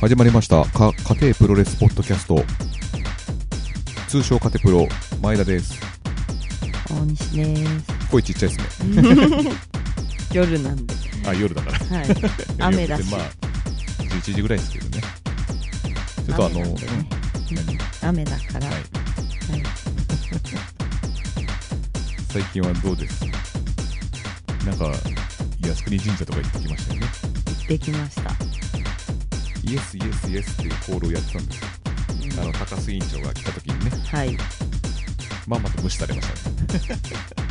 始まりましたか家庭プロレスポッドキャスト通称家庭プロ前田です大西です。声ちっちゃいですね夜なんで。あ夜だからはい。い雨やだ別しにまあ11時ぐらいですけどねちょっとあの、雨なんでね何雨だから。はいはい最近はどうですなんか靖国神社とか行ってきましたよね行ってきました。イエスイエスイエスっていうコールをやってたんですようんあの高須委員長が来た時にねはい。まんまと無視されまし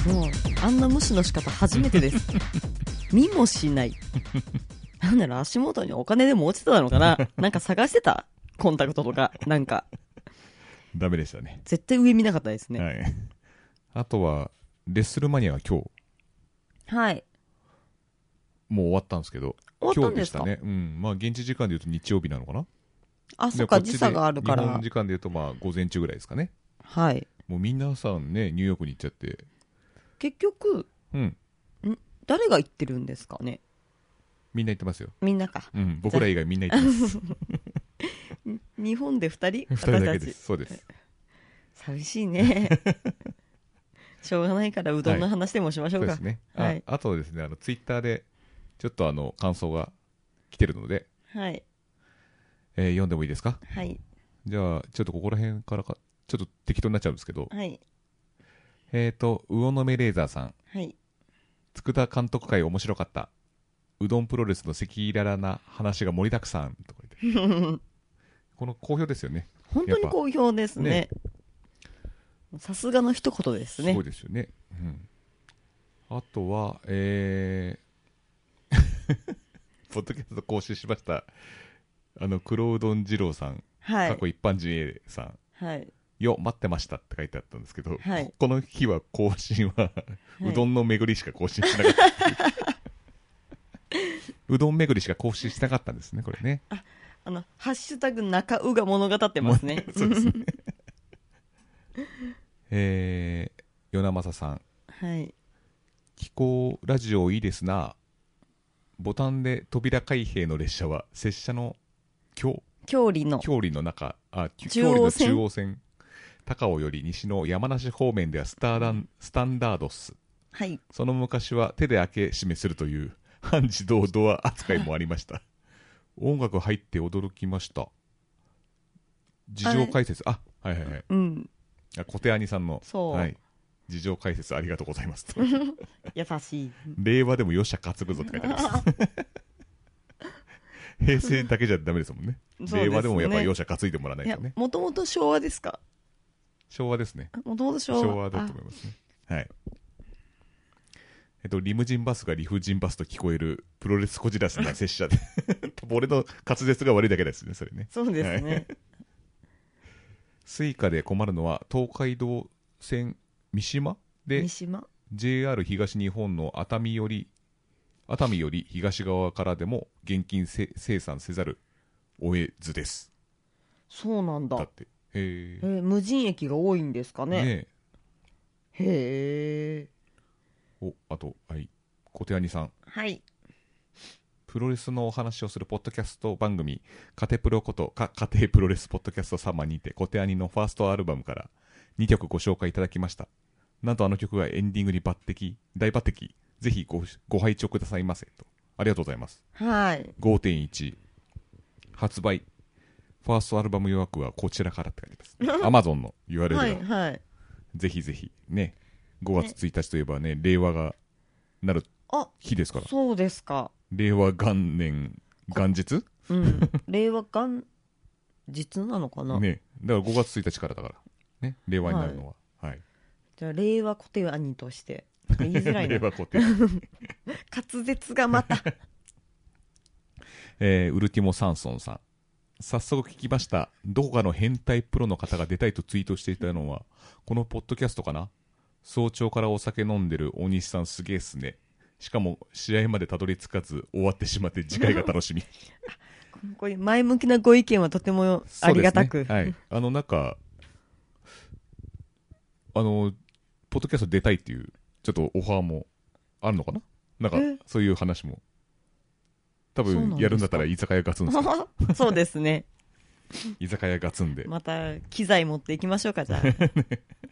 たねもう、あんな無視の仕方初めてです。 見もしない。なんだろう、足元にお金でも落ちてたのかななんか探してたコンタクトとか。なんか、ダメでしたね絶対上見なかったですね。はいあとはレッスルマニアが今日はい。もう終わったんですけど終今わっ日たんででしすたかねうんまあ現地時間でいうと日曜日なのかなあ、そでっか、こちで時差があるか日本ら時。間でいうとまあ午前中ぐらいですかねはい。もう皆さんねニューヨークに行っちゃって結局、うん誰が行ってるんですかねみんな行ってますよみんなか。うん僕ら以外みんな行 ってます日本で二人2人だけですそうです寂しいね しょうがないからうどんの話でもしましそょううか、ですねはあいあとですねあのツイッターでちょっとあの感想が来てるのではいえー読んでもいいですかはいじゃあちょっとここら辺からかちょっと適当になっちゃうんですけどはいえっと魚の目レーザーさん はい佃監督会面白かったうどんプロレスの赤裸々な話が盛りだくさんとか言ってこの好評ですよね本当に好評ですねさすがの一言ですねすごいですよね、うん、あとはえー ポッドキャスト更新しましたあの黒うどん二郎さん、は過い去一般人 A さんはいよ待ってましたって書いてあったんですけど、はいこの日は更新は、いうどんの巡りしか更新しなかった っていううどん巡りしか更新しなかったんですねこれねあの「ハッシュタグ中う」が物語ってますね そうですねえー、与那正さんはい気候ラジオいいですなボタンで扉開閉の列車は拙者の郷郷里の郷里の中あき中郷里の央線中央線高尾より西の山梨方面ではスターダンスタンダードスはいその昔は手で開け閉めするという 半自動ドア扱いもありました 音楽入って驚きました事情解説あはいはいはいうんあ小手兄さんの、そうはい、事情解説ありがとうござい ますと優しい令和でもよっしゃ担ぐぞって書いてあり ます平成だけじゃダメですもんねそうですね令和でもやっぱりよっしゃ担いでもらわないいとやねもともと昭和ですか昭和ですねもともと昭和昭和だと思いますねはいえっと、リムジンバスが理不尽バスと聞こえるプロレスこじらせな拙者 で多分俺の滑舌が悪いだけですねそれねあそうですね、スイカで困るのは東海道線三島で三島 JR 東日本の熱海より熱海より東側からでも現金せ生産せざるを得ずですそうなんだだってへえー無人駅が多いんですかえねねへええおあとはい小手兄さんはいプロレスのお話をするポッドキャスト番組「カテプロことか家庭プロレスポッドキャスト様」にて小手兄のファーストアルバムから2曲ご紹介いただきましたなんとあの曲がエンディングに抜擢大抜擢ぜひごご拝聴くださいませとありがとうございますはい5.1発売ファーストアルバム予約はこちらからって書いて ますアマゾンの URL が、はいはいぜひぜひね5月1日といえばね令和がなるあ日ですからそうですか令和元年元日うん 令和元日なのかな、ねだから5月1日からだからね令和になるのははい、じゃあ令和小手兄として言いづらい 令な和固定、滑舌がまた えーウルティモ・サンソンさん早速聞きましたどこかの変態プロの方が出たいとツイートしていたのはこのポッドキャストかな早朝からお酒飲んでる大西さんすげえっすねしかも試合までたどり着かず終わってしまって次回が楽 しみこういう前向きなご意見はとてもありがたく、そうですねはい、あのなんかあのポッドキャスト出たいっていうちょっとオファーもあるのかななんかえそういう話も多そうなんです分かやるんだったら居酒屋ガツン ですよそうですね。居酒屋ガツンでまた、機材持っていきましょう か、じゃあ。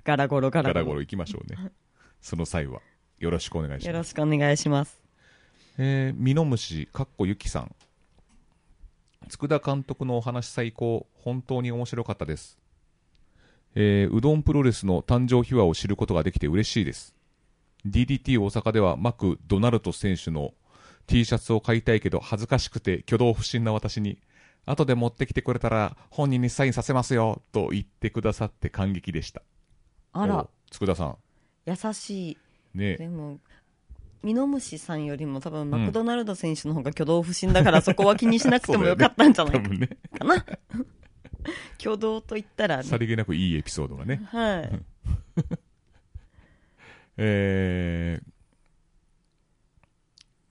ガラゴロガガラゴラロゴロ行きまし ょうねその際はよろしくお願いしよろますしくお願いします。えーミノムシかっこゆきさん佃監督のお話最高本当に面白かったですえーうどんプロレスの誕生秘話を知ることができて嬉しいです DDT 大阪ではマク・ドナルド選手の T シャツを買いたいけど恥ずかしくて挙動不審な私に後で持ってきてくれたら本人にサインさせますよと言ってくださって感激でしたあら、つくださ優しんい。ねでも、ミノムシさんよりも多分、マクドナルド選手の方が挙動不審だから、そこは気にしなくてもよかったんじゃ多ないか分ねかな。挙動と言ったら、さりげなくいいエピソードがねはい。え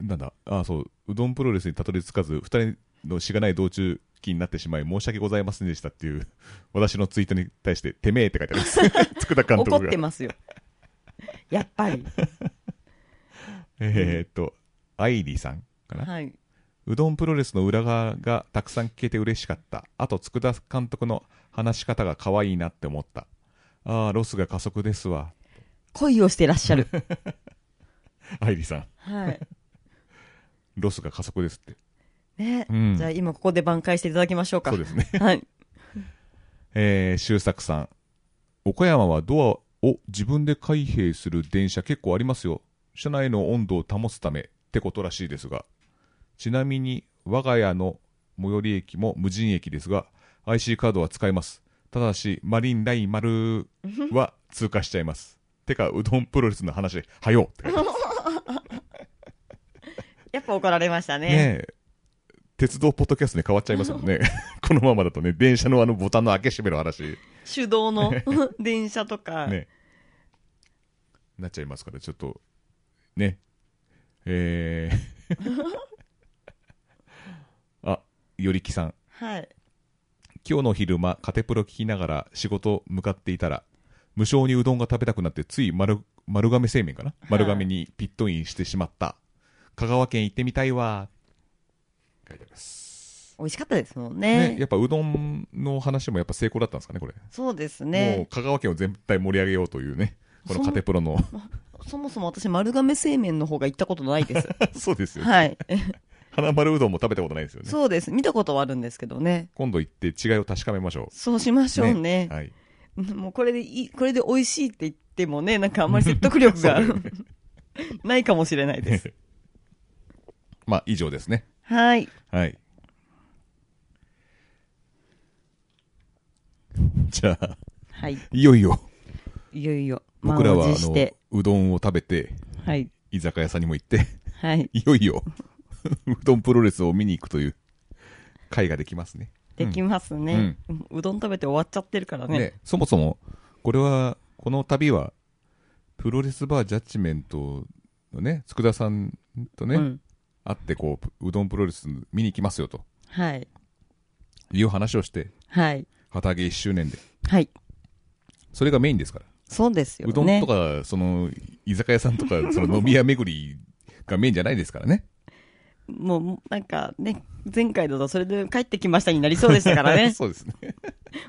ー、なんだあそううどんプロレスにたどり着かず2人のしがない道中期になってしまい申し訳ございませんでしたっていう私のツイートに対して「てめえ」って書いてあります 佃監督怒がってますよ。やっ ぱり。えーっとアイリーさんかな、はい。うどんプロレスの裏側がたくさん聞けて嬉しかった。あと、佃監督の話し方が可愛いなって思った。ああ、ロスが加速ですわ。恋をしてらっしゃる。アイリーさん、はい。ロスが加速ですって。ね。うんじゃあ今ここで挽回していただきましょうか。そうですね。はい。えー、周作さん。岡山はドアを自分で開閉する電車結構ありますよ。車内の温度を保つためってことらしいですが。ちなみに、我が家の最寄り駅も無人駅ですが、IC カードは使えます。ただし、マリンライン丸は通過しちゃいます。てか、うどんプロレスの話、はよって書いてあるやっぱ怒られましたね。ねえ鉄道ポッドキャストに変わっちゃいますもんね。このままだとね、電車のあのボタンの開け閉めの話。手 動の電車とか、ね、なっちゃいますから、ちょっと、ね、えー あ、よりきさん、はい。今日の昼間、カテプロ聞きながら仕事向かっていたら、無性にうどんが食べたくなって、つい丸丸亀製麺かな、丸亀にピットインしてしまった。香川県行ってみたいわ。書いてあります美味しかったですもんね。ね、やっぱうどんの話もやっぱ成功だったんですかね、これ。そうですもうね。香川県を全体盛り上げようというね、このカテプ ロの。そもそも私、丸亀製麺の方が行ったことないです。 そうですよ、ね。はい。花丸うどんも食べたことないですよね。そうです。見たことはあるんですけどね。今度行って違いを確かめましょそうしましう。ょうね。はい。 もうこれでいい、これで美味しいって言ってもね、なんかあんまり説得 力が ないかもしれないです。まあ、以上ですね。はい。はい。 じゃあ、はい。いよい よ、いよいよ、僕らは、あ満を持しのて、うどんを食べて、はい。居酒屋さんにも行って、 はい。いよいよ、 うどんプロレスを見に行くという、会ができますね。できますね、うどん食べて終わっちゃってるからね。ね、そもそも、これは、この旅は、プロレスバージャッジメントのね、佃さんとね、うん。会ってこう、うどんプロレス見に行きますよとはい。いう話をして、はい。旗揚げ1周年で。はい。それがメインですから。そうですよね。うどんとか、その、居酒屋さんと か、その飲み屋巡りがメインじゃないですからね。もう、なんかね、前回だとそれで帰ってきましたになりそうでしたからね。 そうですね。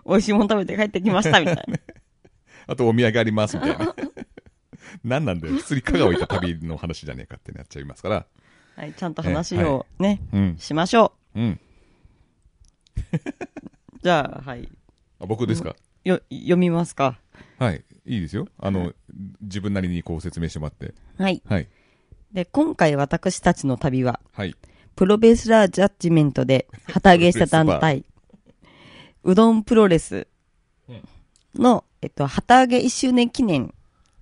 美味しいもの食べて帰ってきましたみたい な。あとお土産ありますみたいな。 何なんだよ。普通に香川行った旅の話じゃねえかってなっちゃいますから。はい、ちゃんと話をね、うん。しましょうん。う。じゃあ、はい。あ僕ですか、よ、読みますか。はい。いいですよ。あの、自分なりにこう説明してもらって。はい。はい。で、今回私たちの旅は、はい。プロベースラージャッジメントで旗揚げした団体、うどんプロレスの、えっと、旗揚げ1周年記念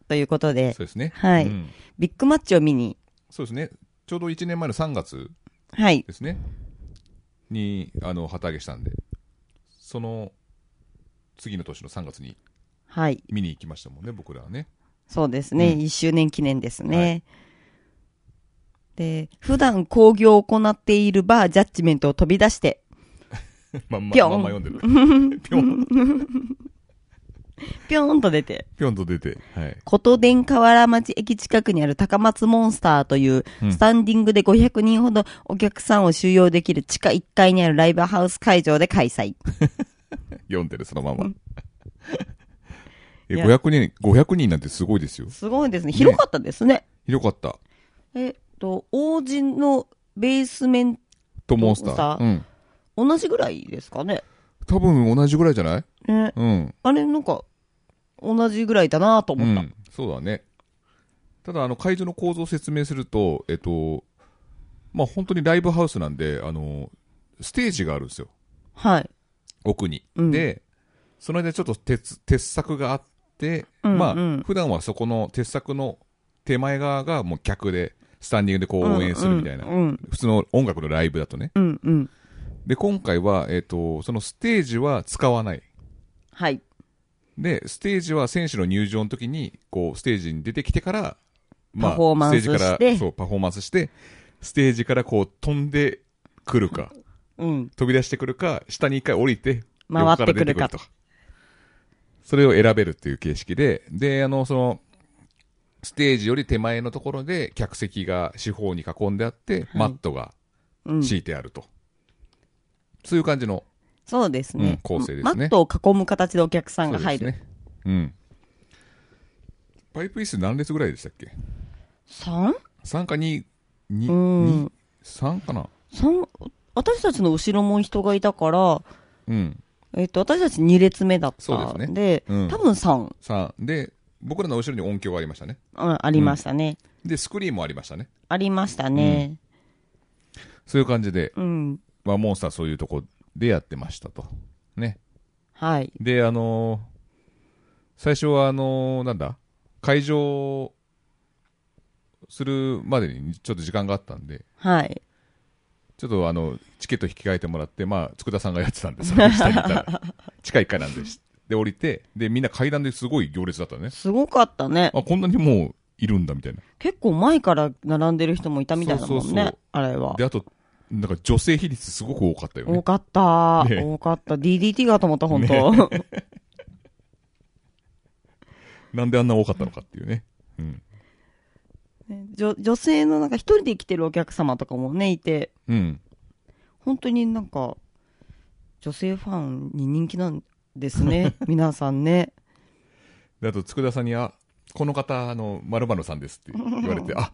ということで、そうですね。はいうんビッグマッチを見に、そうですね。ちょうど1年前の3月はい、ですね。に、あの、旗揚げしたんで、その、次の年の3月にはい、見に行きましたもんね、僕らはね。そうですね、うん1周年記念ですね。はで、普段興行を行っているバージャッジメントを飛び出して、 まんま、ぴょん まんま読んでる。ぴょん。ぴょんと出て。ぴょんと出て、はい。琴電河原町駅近くにある高松モンスターという、うんスタンディングで500人ほどお客さんを収容できる地下1階にあるライブハウス会場で開催。読んでる、そのまうまん。え、いや500人、500人なんてすごいですよ。すごいですね。広かったですね。ひどかった。えっと、王子のベースメント、とモンスター。モンスタうん。同じぐらいですかね。多分同じぐらいじゃないね。うん。あれ、なんか、同じぐらいだなとう思った。ん。そうだね。ただ、あの、会場の構造を説明すると、えっと、まあ、本当にライブハウスなんで、あの、ステージがあるんですよ。はい。奥に。うんで、その間ちょっと鉄、鉄柵があって、うんうんまあ、普段はそこの鉄柵の手前側がもう客で、スタンディングでこう応援するみたいな。うんうん普通の音楽のライブだとね。うんうん。で、今回は、えっ、と、そのステージは使わない。はい。で、ステージは選手の入場の時に、こう、ステージに出てきてから、パフォーマンスステージかしてら、そう、パフォーマンスして、ステージからこう、飛んでくるか、うん。飛び出してくるか、下に一回降りて、回ってくるか横ら出てそれを選べるっていう形式で、で、あの、その、ステージより手前のところで、客席が四方に囲んであって、マットがうん。敷いてあると。そういう感じのそうですね、うん構成ですねマットを囲む形でお客さんが入そる。うですね。うん。パイプ椅子何列ぐらいでしたっけ 3? 3か2、二うん二3かな三私たちの後ろも人がいたから、うん。えっと、私たち2列目だったそうですねんで、うん多分3、 3。で、僕らの後ろに音響がありましたね。うん、ありましたね、で、スクリーンもありましたね。ありましたね。そういう感じで、うん。まあ、モンスターそういうとこでやってましたと。ね。はい。で、あのー最初はあのーなんだ会場するまでにちょっと時間があったんで、はい。ちょっとあの、チケット引き換えてもらって、まあ、佃さんがやってたんで、その下にいたら、地下1階なんで、しで、降りて、で、みんな階段ですごい行列だったね。すごかったね。あ、こんなにもういるんだ、みたいな。結構前から並んでる人もいたみたいだもんね。そうそうそうあれはで、。あと、なんか女性比率すごく多かったよ多ね。かった、ね多かった。DDT がと思った、本当、なんであんな多かったのかっていうね。うん。 女女性のなんか一人で来てるお客様とかもね、いて、うん。本当になんか、女性ファンに人気なんです ね。皆さんね。で、あと、佃さんに、あ、この方、あの、〇〇さんですって言われ て、あ、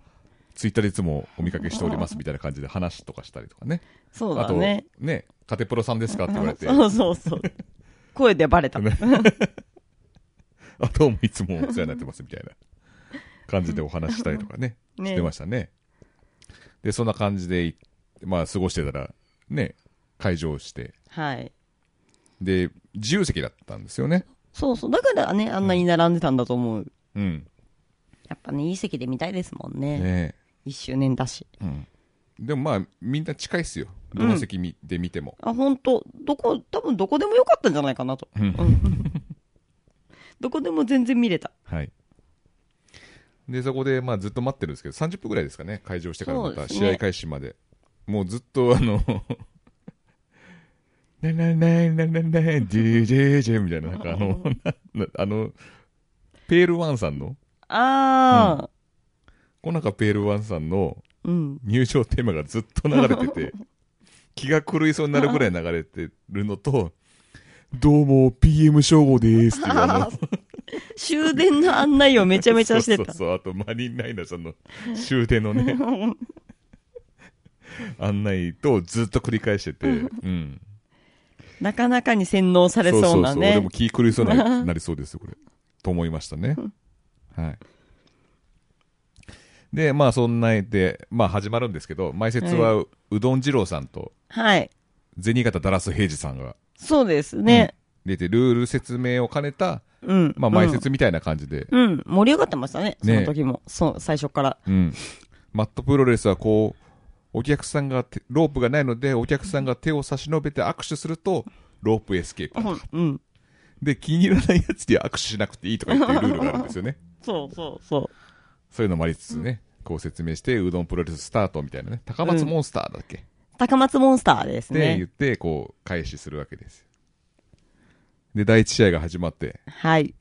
ツイッターでいつもお見かけしておりますみたいな感じで話とかしたりとかね。そうあだと、ねね。、カテプロさんですかって言われて、 そうそうそう。声でバ レた。あ、どうもいつもお世話になってますみたいな感じでお話したりとかね、ねしてましたね。で、そんな感じで、まあ、過ごしてたら、ね、会場して、はい。で、自由席だったんですよね。そうそう。だからね、あんなに並んでたんだと思う。うん。やっぱね、いい席で見たいですもんね。ね一周年だし。うん。でもまあ、みんな近いっすよ。どの席見で見ても。あ、本当どこ、多分どこでもよかったんじゃないかなと。うん どこでも全然見れた。はい。で、そこで、まあ、ずっと待ってるんですけど、30分ぐらいですかね、会場してからまそうたです試ね合開始まで。もうずっと、あの、なななななな、ジュジュジュみたいな、なんかあの、なあの、ペールワンさんの、あ小中ペールワンさんのー。うん。入場テーマがずっと流れてて、気が狂いそうになるぐらい流れてるのと、どうも、PM 称号ですっていうあの、 終電の案内をめちゃめちゃしてそたう。そうそう、あとマリン・ライナさんの終点の ね、案内とずっと繰り返してて、うん。なかなかに洗脳されそうな俺ねも。気狂いそうにななりそうですよ、これ。と思いましたね。はい。で、まあそんな絵で、まあ始まるんですけど、前説はううどん二郎さんと、はい。銭形ダラス平次さんがそうですね。出て、ルール説明を兼ねた、うん。まあうん前説みたいな感じで、うん、盛り上がってましたね、そねの時も。そう、最初から。うん。マットプロレスはこう、お客さんが手、ロープがないので、お客さんが手を差し伸べて握手すると、ロープエスケープ。うん。で、気に入らないやつには握手しなくていいとか言ってるルールがあるんですよ ね。そうそうそそういうのもありつつね、こう説明して、うどんプロレススタートみたいなね、高松モンスターだっけ、う。高松モンスターですって言ねっ。て、こう、開始するわけです。で、第1試合が始まって、はい。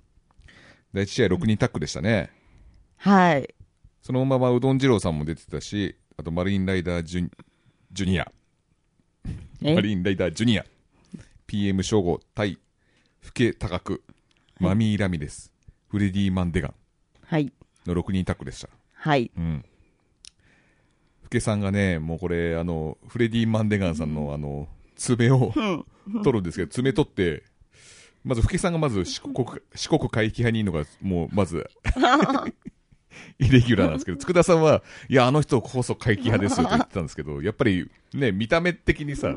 第1試合6人タックでしたね。はい。そのままうどん二郎さんも出てたし、あとマリンライダージュニジュニア、えマリンライダージュニア、PM 称号対、フケ高く、マミー・ラミレス、フレディ・マンデガンはい。の6人タッグでした。はい。うん。フケさんがね、もうこれ、あの、フレディ・マンデガンさんの、あの、爪をん取るんですけど、爪取って、まず、フケさんがまず四国、四国怪奇派にいるのが、もう、ま ず、イレギュラーなんですけど、佃さんは、いや、あの人こそ怪奇派ですよと言ってたんですけど、やっぱり、ね、見た目的にさ、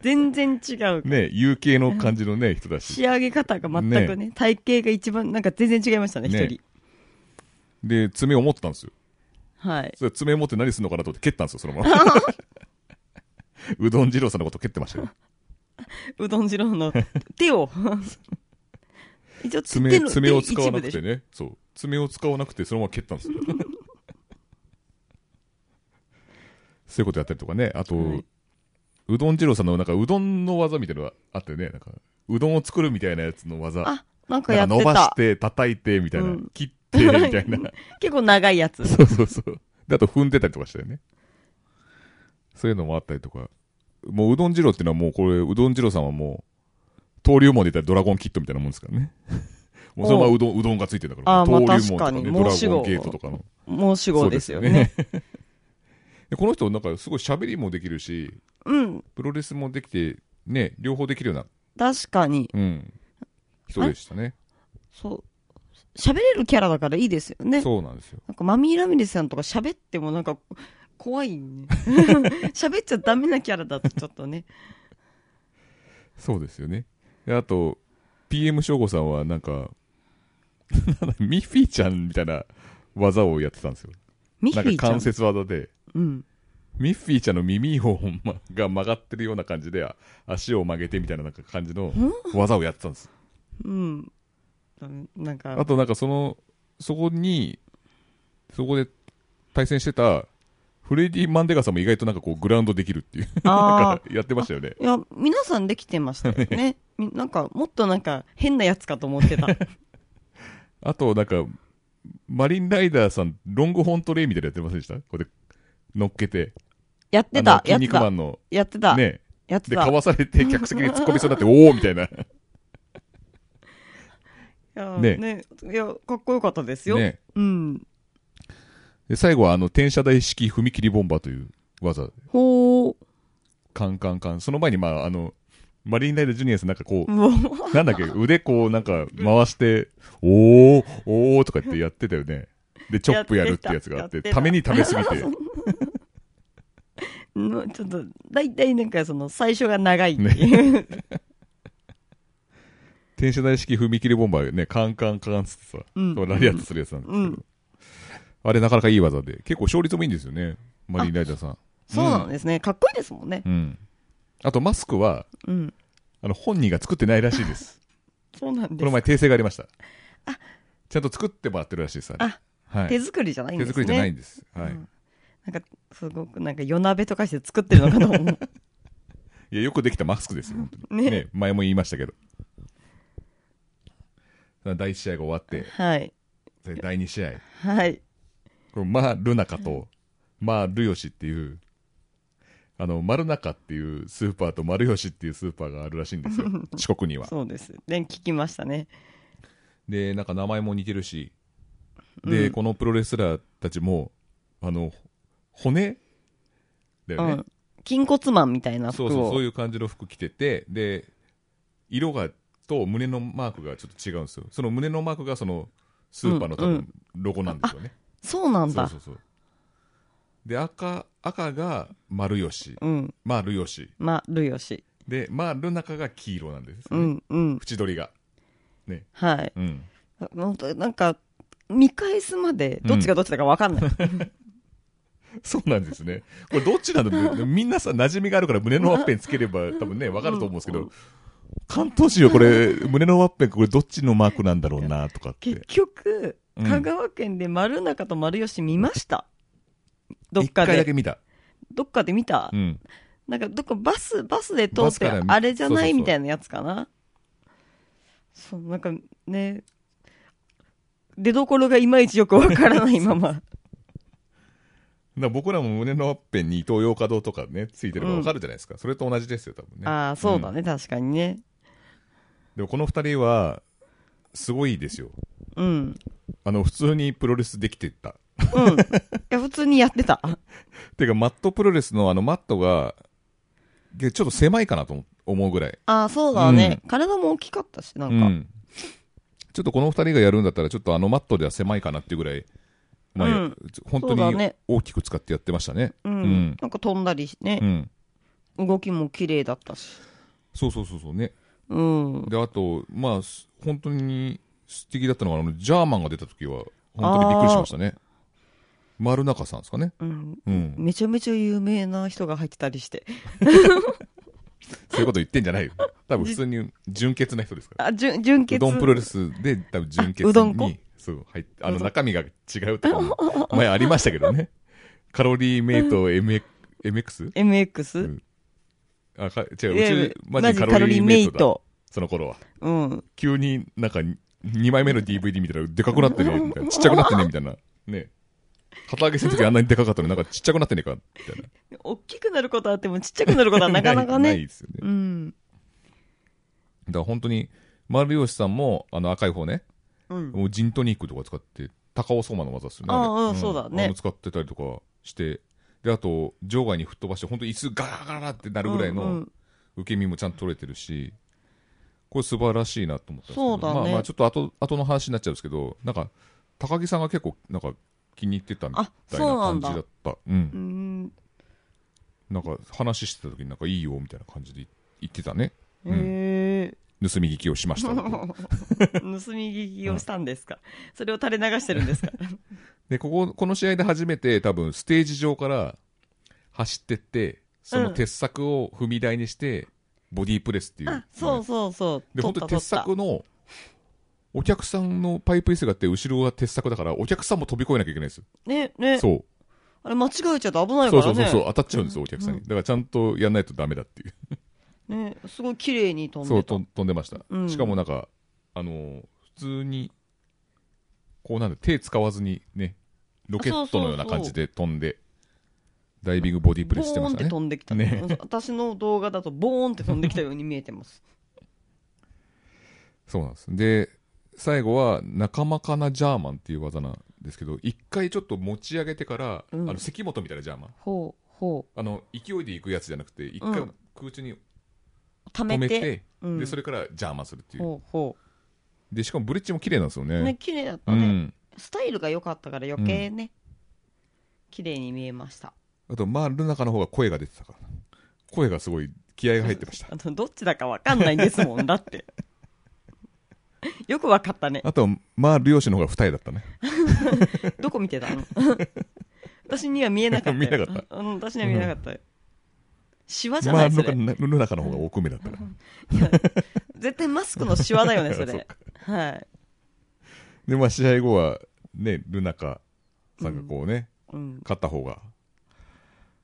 全然違う。ね、有形の感じのね、人だし。仕上げ方が全くね、体型が一番、なんか全然違いましたね、一、ね人。で、爪を持ってたんですよ。はい。それ爪持って何するのかなと思って蹴ったんですよ、そのま ま。うどん二郎さんのこと蹴ってましたよ。うどん二 郎の手を。 一応爪、手の爪を使わなく手一て部でね。そう。爪を使わなくて、そのまま蹴ったん ですよ。そういうことやったりとかね。あと、はいうどん二郎さんの、なんか、うどんの技みたいなのがあってね。なんか、うどんを作るみたいなやつの技。あ、なんかなんやっか伸て。ばしたて、叩いて、みたいな。うん切って、みた いな。結構長いやつ。そうそうそう。で、あと踏んでたりとかしたよね。そういうのもあったりとか。もう、うどん二郎っていうのはもう、これ、うどん二郎さんはもう、登竜門で言ったらドラゴンキットみたいなもんです からね。もうそのままうどん、うどんがついてるんだから。あーまあ登竜門とかね、確かにドラゴ申し子ンゲートとかの。申しそ子うですよね。。 でこの人、なんかすごい喋りもできるし、うん。プロレスもできて、ね、両方できるような、確かに。うん、人でしたね。そう。喋れるキャラだからいいですよね。そうなんですよ。なんかマミー・ラミレスさんとか喋ってもなんか怖いね。 喋っちゃダメなキャラだとちょっとね。そうですよね。であと、PM 省吾さんはなんか、 なんだミッフィーちゃんみたいな技をやってたんですよ。ミッなフィんーかちゃ関ん。節技で、うん。ミッフィーちゃんの耳をほんまが曲がってるような感じで、あ足を曲げてみたいななんか感じの技をやってたんです。うん。なんあか、となんかその、そこに、そこで対戦してた、フレディ・マンデガさんも意外となんかこうグラウンドできるっていう、 なあんかやってましたよね。いや、皆さんできて ましたよね。みなんか、もっとなんか変なやつかと思ってた。 あと、なんか、マリンライダーさん、ロングホントレイみたいなのやってませんでしたこれ、乗っけて。やってあたの、や筋って肉マたン。の、やってた。ね。やってで、た。かいわされて客席に突っ込み そうになって、おーみたいな。や、ねねいや、かっこよかったですよ。ね。うん。で、最後は、あの、転車台式踏切ボンバーという技。 ほカンカンカン。その前に、まあ、あの、マリンライダージュニアさん、なんかこ う。うわう、なんだっけ、腕こう、なんか回して、おー、おーとかってやってたよね。で、チョップやるってやつがあって、やってたためにためすぎて。うんちょっと、だいたいなんかその、最初が長いっていう。転車台式踏切ボンバーね、カンカンカンっつってさ、うんそうラリアットするやつなんですけど、うんあれなかなかいい技で、結構勝率もいいんですよね、マリンライダーさん。 そうなんですね。かっこいいですもんね。うん。あとマスクは、うん。あの、本人が作ってないらしいです。そうなんこでのす。前訂正がありました。ちゃんと作ってもらってるらしいです、あれあはい。手作りじゃないんで手す作ね。りじゃないんです。はい。うんなんか、すごくなんか、夜鍋とかして作ってるのかと思う。いや、よくできたマスクですよ、本 当に。ねね、前も言いましたけど。さあ第1試合が終わって、はい。で第2試合。はい。これ、まあ、ルナカと、まあ、ルヨシっていう、あの、マルナカっていうスーパーとマルヨシっていうスーパーがあるらしいん ですよ。四国には。そうです。ね、聞きましたね。で、なんか名前も似てるし、で、うんこのプロレスラーたちも、あの、骨だようね。ん。筋骨マンみたいな服そを。うそう、そういう感じの服着てて、で、色が、と胸のマークがちょっと違うんですよ。その胸のマークがその、スーパーの多うんう分、ロゴなんですよね。そうなんそうだ。そうそう。で、赤、赤が丸吉。うん。まあ、ルヨシ。ま、るよし。で、まあ、ルナカが黄色なんです、ねうん、うん。縁取りが。はい。うん。本当なんか、見返すまで、どっちがどっちだかわ かんない。そうなんですね。これどっちなんだ ろうみんなさ、馴染みがあるから胸のワッペンつければ多分ね、わかると思うんですけど、関東市よ、これ、胸のワッペン、これどっちのマークなんだろうな、とかって結。局、うん香川県で丸中と丸吉見ました。どっ一か回だでけ、見た。どっかで見たう。ん。なんか、どっかバス、バスで通バっスて、から見あれじゃそうそうなそいうみたいなやつかな。そうなんかね出どころがいまいちよくわからないま まだから僕らも胸のあっぺんに伊東洋華堂とかね、ついてればわかるじゃないですか。それと同じですよ、多分ね。ああそうだね、確かにねでもこの二人は、すごいですよ。 うんあの、普通にプロレスできてた。うんいや普通にやってたてか、マットプロレスのあのマットが、でちょっと狭いかなと思思うぐらい。ああそうだね、体も大きかったしなんうか、ん。ちょっとこの二人がやるんだったら、ちょっとあのマットでは狭いかなっていうぐらい、まあ、うん本当そうだにね大きく使ってやってましたね。うんうんなんか飛んだりねう、ん。動きも綺麗だったしそうそうそうそうね。うんで、あと、まあ、す本当に素敵だったのが、あの、ジャーマンが出た時は、本当にびっくりしましたね。丸中さんですかね。うんうん。めちゃめちゃ有名な人が入ってたりして。そういうこと言ってんじゃないよ。多分普通に純潔な人ですから。あ、純純う潔。どんプロレスで多分純潔あうどん粉に、そう、入って、あの中身が違うとか も、前ありましたけどね。カロリーメイト MX、MX? MX?、うんあ、か違う、いやいうやち、マジカロリーメイトだ。カロその頃は。リーメイト。うん。急になんか2枚目の DVD 見たらでかくなってね、みたいな。ちっちゃくなってね、みたいな。ね。旗揚げするときあんなにでかかったのになんかちっちゃくなってねえか、みたいな。大きくなることはあってもちっちゃくなることはなかな かいいね。ですよね。うん。だから本当に、丸吉さんも、あの赤い方ね、うん。もうジントニックとか使って、高尾相馬の技っすよね。ああれうんそうだねあの使ってたりとかして、で、あと、場外に吹っ飛ばして、本当に椅子ガラガラガラってなるぐらいうんうのん受け身もちゃんと取れてるし、これ素晴らしいなと思ったんですけどそうだねまあまあちょっと後後の話になっちゃうんですけど、なんか、高木さんが結構、なんか、気に入ってたみたいあなそうなん感じだだった。うんう。ん。なんか、話してた時になんかいいよ、みたいな感じで言ってたね。うんへえ。盗み聞きをしました。 盗み聞きをしたんですか。それを垂れ流してるんですか。で、ここ、この試合で初めて多分ステージ上から走ってって、その鉄柵を踏み台にして、ボディープレスっていう。あ、そうそうそ う。で、撮っ本た当に鉄柵の、お客さんのパイプ椅子があって、後ろが鉄柵だから、お客さんも飛び越えなきゃいけないんですよ。撮ったね、ね。そう。あれ間違えちゃうと危ないかそうらそうね。そうそう、当たっちゃうんですよ、お客さんに。うだからちゃんとやんないとダメだっていう。ね、すごい綺麗に飛んそう、でた。と飛んでましたう。んしかもなんか、あのー普通に、こうなんだ、手使わずにね、ロケットのような感じで飛んで、ダイビングボディープレスしてまボーしンったてね。飛んできた、ね 私の動画だとボーンって飛んできたように見えて ます。そうなんです。で、最後は、仲間かなジャーマンっていう技なんですけど、一回ちょっと持ち上げてから、うんあの、関本みたいなジャーマン。ほうほあの、勢いで行くやつじゃなくて、一う回ん空中にう。溜止めめて。て、うんで、それからジャーマンするっていう。ほうほで、しかもブリッジも綺麗なんですよう。ね。ね、綺麗だっうたね。ん。スタイルが良かったから余計ね、綺麗に見えました。あと、まあ、ルナカの方が声が出てたから。声がすごい気合が入ってました。 あのどっちだかわかんないんですもん、だって。よくわかったね。あと、まあ、漁師の方が二重だったね。どこ見てたの 私には見えなかったよ。。見えなかった私には見えなかったよ。シワじゃまなあ、いそルれ。ナカルナカの方が奥目だったから。絶対マスクのシワだよね、そ そうれか。はい。で、まあ、試合後は、ね、ルナカさんがこうね、うん。勝った方が、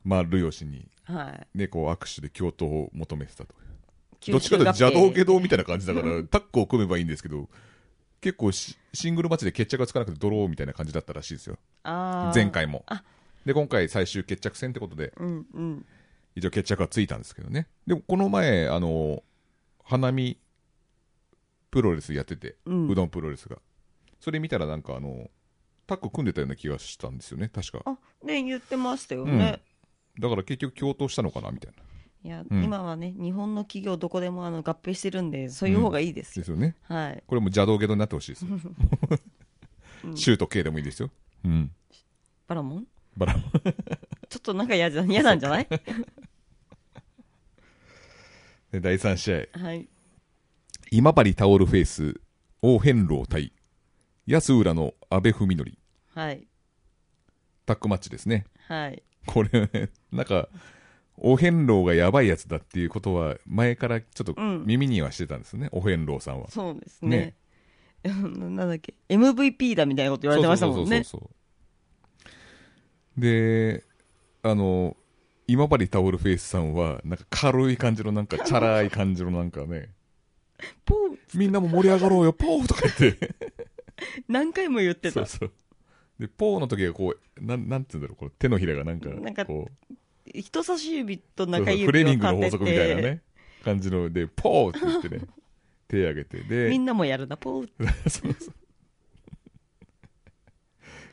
まあ、ルヨシに、はい。ね、こう握手で共闘を求めてたと。吸収どっちかというと合併邪道下道みたいな感じだから、タッグを組めばいいんですけど、結構しシングルマッチで決着がつかなくてドローみたいな感じだったらしいですよ。あー前。回もあ。で、今回最終決着戦ってことで、うんうん。一応決着はついたんですけどね。でも、この前、あの、花見プロレスやってて、ううんどんプロレスが。それ見たらなんかあの、タッグ組んでたような気がしたんですよね、確か。あ、ね、言ってましたよね。だから結局共闘したのかな、みたいな。いや、うん今はね、日本の企業どこでもあの合併してるんで、そういう方がいいですでよ。すよね。はい。これも邪道ゲドになってほしい ですよ。シュート系でもいいですよ。うん。バラモンバラ。 ちょっとなんか嫌じゃ嫌なんじゃないで第3試合。はい。今治タオルフェイス、王変郎対、安浦の阿部文則、はい。タッグマッチですね。はい。 これ、ね、なんか、お遍路がやばいやつだっていうことは、前からちょっとうん耳にはしてたんですね、お遍路さんは。そうです ね。なんだっけ、MVP だみたいなこと言わそうれてましたもんね。そうそうそうそうで、あの、今治タオルフェイスさんは、なんか軽い感じの、なんかチャラい感じの、なんかね、ポーみんなも盛り上がろうよ、ポーとか言って。何回も言ってそうた。そう。で、ポーの時はこう、なん、なんて言うんだろう、この手のひらがなんか、なんかこ人差し指とう、そう中そう指をフレーミングの法立て則みたいなて、ね、感じの、で、ポーって言ってね、手上げて、 で、みんなもやるな、ポー そうそう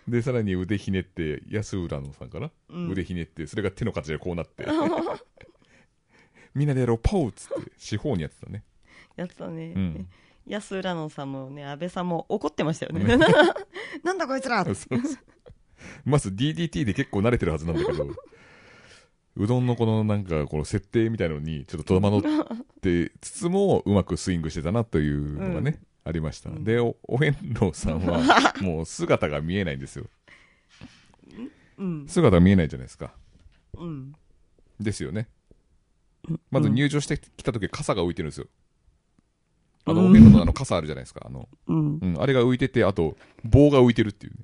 でさらに腕ひねって安浦野さんから、うん腕ひねってそれが手の形でこうなって みんなでやろうポーっつって四方にやってたねやってたね。うん安浦野さんもね、安倍さんも怒ってましたよね。 なんだこいつらそうそうまず DDT で結構慣れてるはずなんだけどうどんのこのなんかこの設定みたいのにちょっと戸惑ってつつもうまくスイングしてたなというのがね、ありました、うんでおお遍路さん はもう姿が見えないんですようん。姿が見えないじゃないですかうん。ですよね。まず入場してきた時傘が浮いてるんですよ。あの、うんお遍路のあの傘あるじゃないですか。あの、うんう。ん、あれが浮いてて、あと、棒が浮いてるっていう、ね。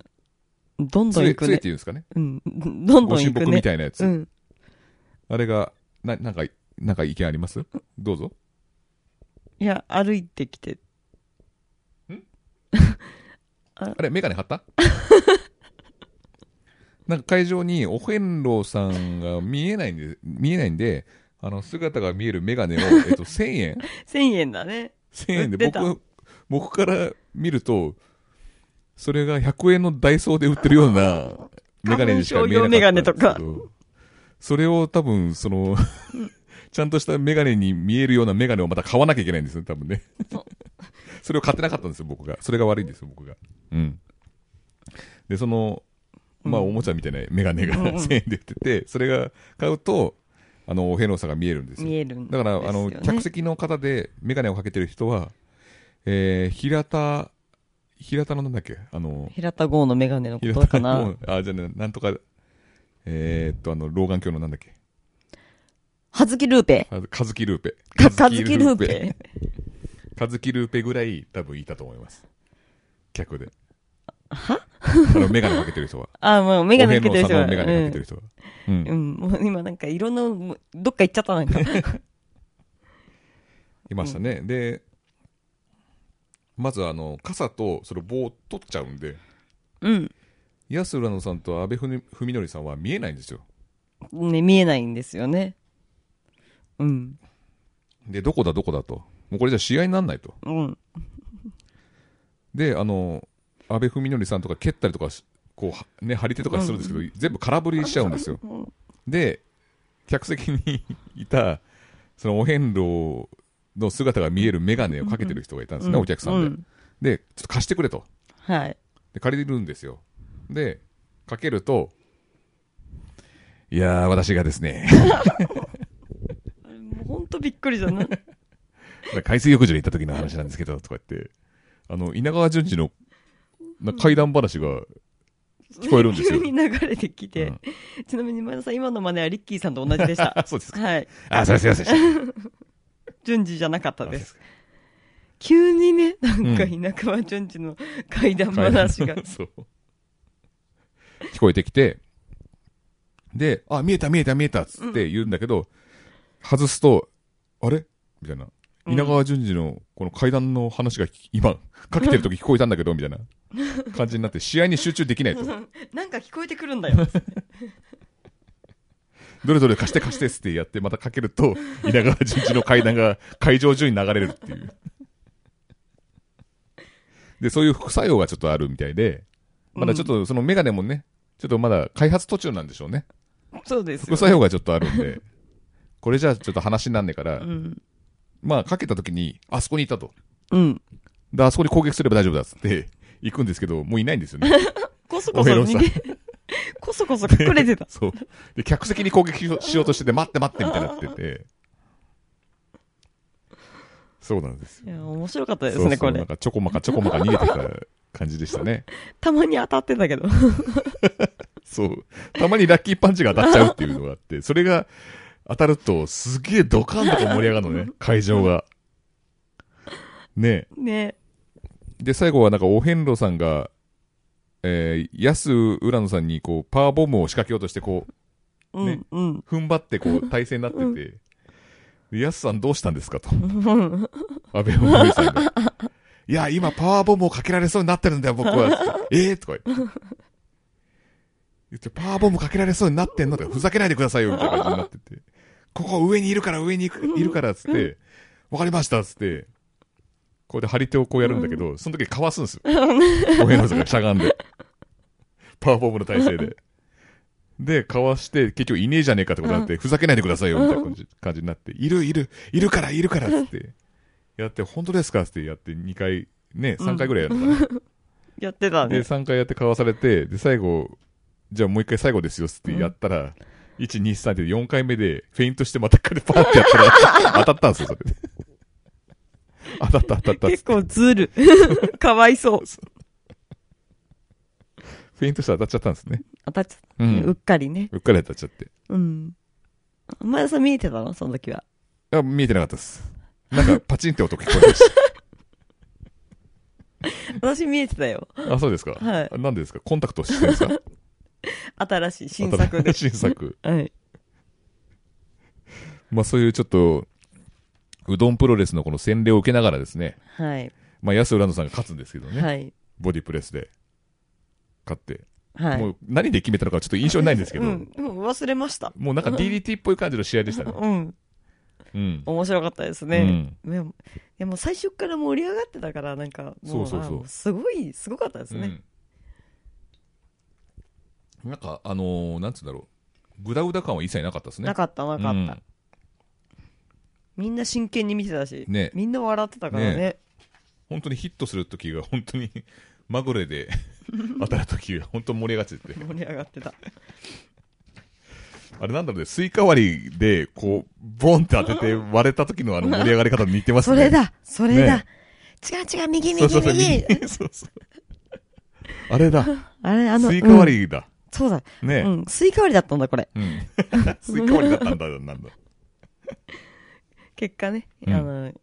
どんどん杖、杖行っくてね。言うんですかね。うん。どんごどん神行く木みね。たいなやつ。うん。あれが、な、なんか、なんか意見ありますどうぞ。いや、歩いてきて。あれ、メガネ貼 ったなんか会場にお遍路さんが見えないんで、見えないんで、あの、姿が見えるメガネを、えっと、1000円1000円だね。 1000円で出た僕僕から見るとそれが100円のダイソーで売ってるよう なメガネにしか見えなかったんですけど花粉症用メガネとかそれを多分そのちゃんとしたメガネに見えるようなメガネをまた買わなきゃいけないんですよ多分ねそう それを買ってなかったんですよ僕がそれが悪いんですよ僕がうんでそのまあおもちゃみたいなメガネがうんうん1000円で売っててそれが買うとあのお遍路さんが見えるんですよ見えるんだから、あの、ですよね客席の方でメガネをかけてる人は、えー、平田、平田のなんだっけあの、平田剛のメガネのこ平とかのな。あ、じゃあね、なんとか、えー、っと、あの、老眼鏡のなんだっけはずきルーペ。あカズキルーペ。か、かずきルーペ。カズキルーペぐらい多分いたと思います。客で。はあの、メガネかけてる 人は。あ、もうメガネかけてる人お遍路さんのメは。ガネかけてる人は。うん。うん。うんもう今なんかいろんな、もうどっか行っちゃったなんか。 いましたね。で、まずあの、傘とその棒を取っちゃうんで、うん。安浦野さんと安倍文則さんは見えないんですよね、見えないんですよね。うん。でどこだどこだともうこれじゃ試合になんないとうん。であの安倍文則さんとか蹴ったりとかしこうはね張り手とかするんですけど、全部空振りしちゃうんですようんで客席にいたそのお遍路の姿が見える眼鏡をかけてる人がいたんですね、お客さんで、でうちょっと貸してくれとはい。で借りるんですよでかけるといやー私がですねあれもうほんとびっくりじゃない海水浴場に行った時の話なんですけど、とか言って、あの、稲川淳二のな怪談話が、 聞こえるんですよ急に流れてきて。うんちなみに前田さん、今の真似はリッキーさんと同じでした あ、。そうですか。はい。あ、それすいませんでした。順次じゃなかったあです。そう急にね、なんかう田舎は順次の怪談怪談話が。そう。聞こえてきて、で、あ、見えた見えた見えたっつって言うんだけど、外すと、あれみたいな。うん稲川淳二のこの怪談の話が聞今、かけてる時聞こえたんだけど、みたいな感じになって、試合に集中できないと。 なんか聞こえてくるんだよ。どれどれ貸して貸してっつってやって、またかけると、稲川淳二の階段が会場中に流れるっていう。で、そういう副作用がちょっとあるみたいで、まだちょっとそのメガネもね、ちょっとまだ開発途中なんでしょうね。 そうです副よ。作用がちょっとあるんで、これじゃあちょっと話になんねえからう、ん。まあかけた時に、あそこにいたと。うん。で、あそこに攻撃すれば大丈夫だっつって、行くんですけど、もういないんですよね。こそおこへそろさ逃ん。げ、こそこそ隠れてたそう。で、客席に攻撃しようしようとしてて、待って待ってみたいになってて。そうなんですよ。いや、面白かったでそうすそね、うこなんれ。かちょこまかちょこまか逃げてきた感じでしたね。たまに当たってたけど。そう。たまにラッキーパンチが当たっちゃうっていうのがあって、それが当たるとすげえドカンとか盛り上がるの ね、会場が。ね ね。えで、最後はなんかお遍路さんが、えー、安浦野さんにこう、パワーボムを仕掛けようとしてこう、うねん、うん。踏ん張ってこう体勢になってて、でヤスさんどうしたんですかと。安倍文雄さんが。いや、今パワーボムをかけられそうになってるんだよ、僕は。ええとか言って。言って、パワーボムかけられそうになってんのって、ふざけないでくださいよ、みたいな感じになってて。ここ上にいるから、上に行くいるから、つって。わかりました、つって。こうで張り手をこうやるんだけど、その時かわすんですよ。おへのさんがしゃがんで。パワーボムの体勢で。で、かわして、結局いねえじゃねえかってことになって、ふざけないでくださいよ、みたいな感じ感じになって、いる、いる、いるから、いるから、つって。やって、本当ですかってやって、2回、ね、3回ぐらいやるのかな。やってたで、ね。 3回やってかわされて、で、最後、じゃあもう1回最後ですよ、つってやったら、1、2、3で4回目で、フェイントしてまた彼パーってやった ら、当たったんですよ、それで。当たった、当たったっつって結構ズ ル。かわいそう。フェイントして当たっちゃったんですね。当たっちゃっう。たね。うんっかりね。うっかり当たっちゃって。うん。前田さん見えてたのその 時は。あ、見えてなかったです。なんか、パチンって音聞こえまし私見えてたよ。 た。あ、そうですか。はいあなんでですかコンタクトしてるんですか。新しい 新作で新作。はい。まあ、そういうちょっと、うどんプロレスのこの洗礼を受けながらですね、はい。まあ、安浦野さんが勝つんですけどね、はい。ボディプレスで勝って、はい。もう何で決めたのかちょっと印象にないんですけど、うん。もう忘れました。もうなんか DDT っぽい感じの試合でしたね。うん。うん。面白かったですね。でもでも最初から盛り上がってたから、なんか、もそうそうそうあもすごい、すごかったですうん。ね。うん。なんか、あのーなんつうんだろう、ぐだぐだ感は一切なかったですね。なかった、なかうったん。みんな真剣に見てたし、ねみんな笑ってたからねね。本当にヒットするときが本当に まぐれで 当たるときが 本当に盛り上がってて、盛り上 がってた。あれなんだろうね、スイカ割りでこう、ボンって当てて割れたときのあの盛り上がり方に似てますそね。れだ、それねだ。違う違う、右そ右うそうそう、右。右 そうそう。あれだ、あれ、あの、スイカり。割りだ。そうだ。ね、うん、スイカ割りだったんだ、これ。うん スイカ割りだったんだ、なんだ。結果ね、うんあの、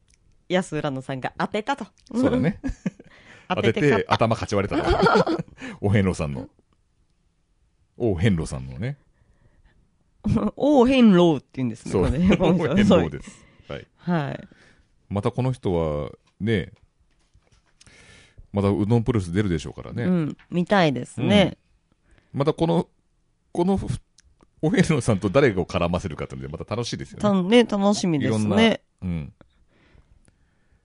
安浦野さんが当てたと。そうだ。ね。当当ててて勝ってた。頭かち割れた。 お遍路さんの。お遍路さんのね。王変老って言うんですね、そこう。れね。この人お遍路です。はい。はい。またこの人はね、またうどんプロレス出るでしょうからね。うん、見たいですね。またこの、この、おへのさんと誰を絡ませるかっていうので、また楽しいですよたね。ね、楽しみでいすろんなね。うん。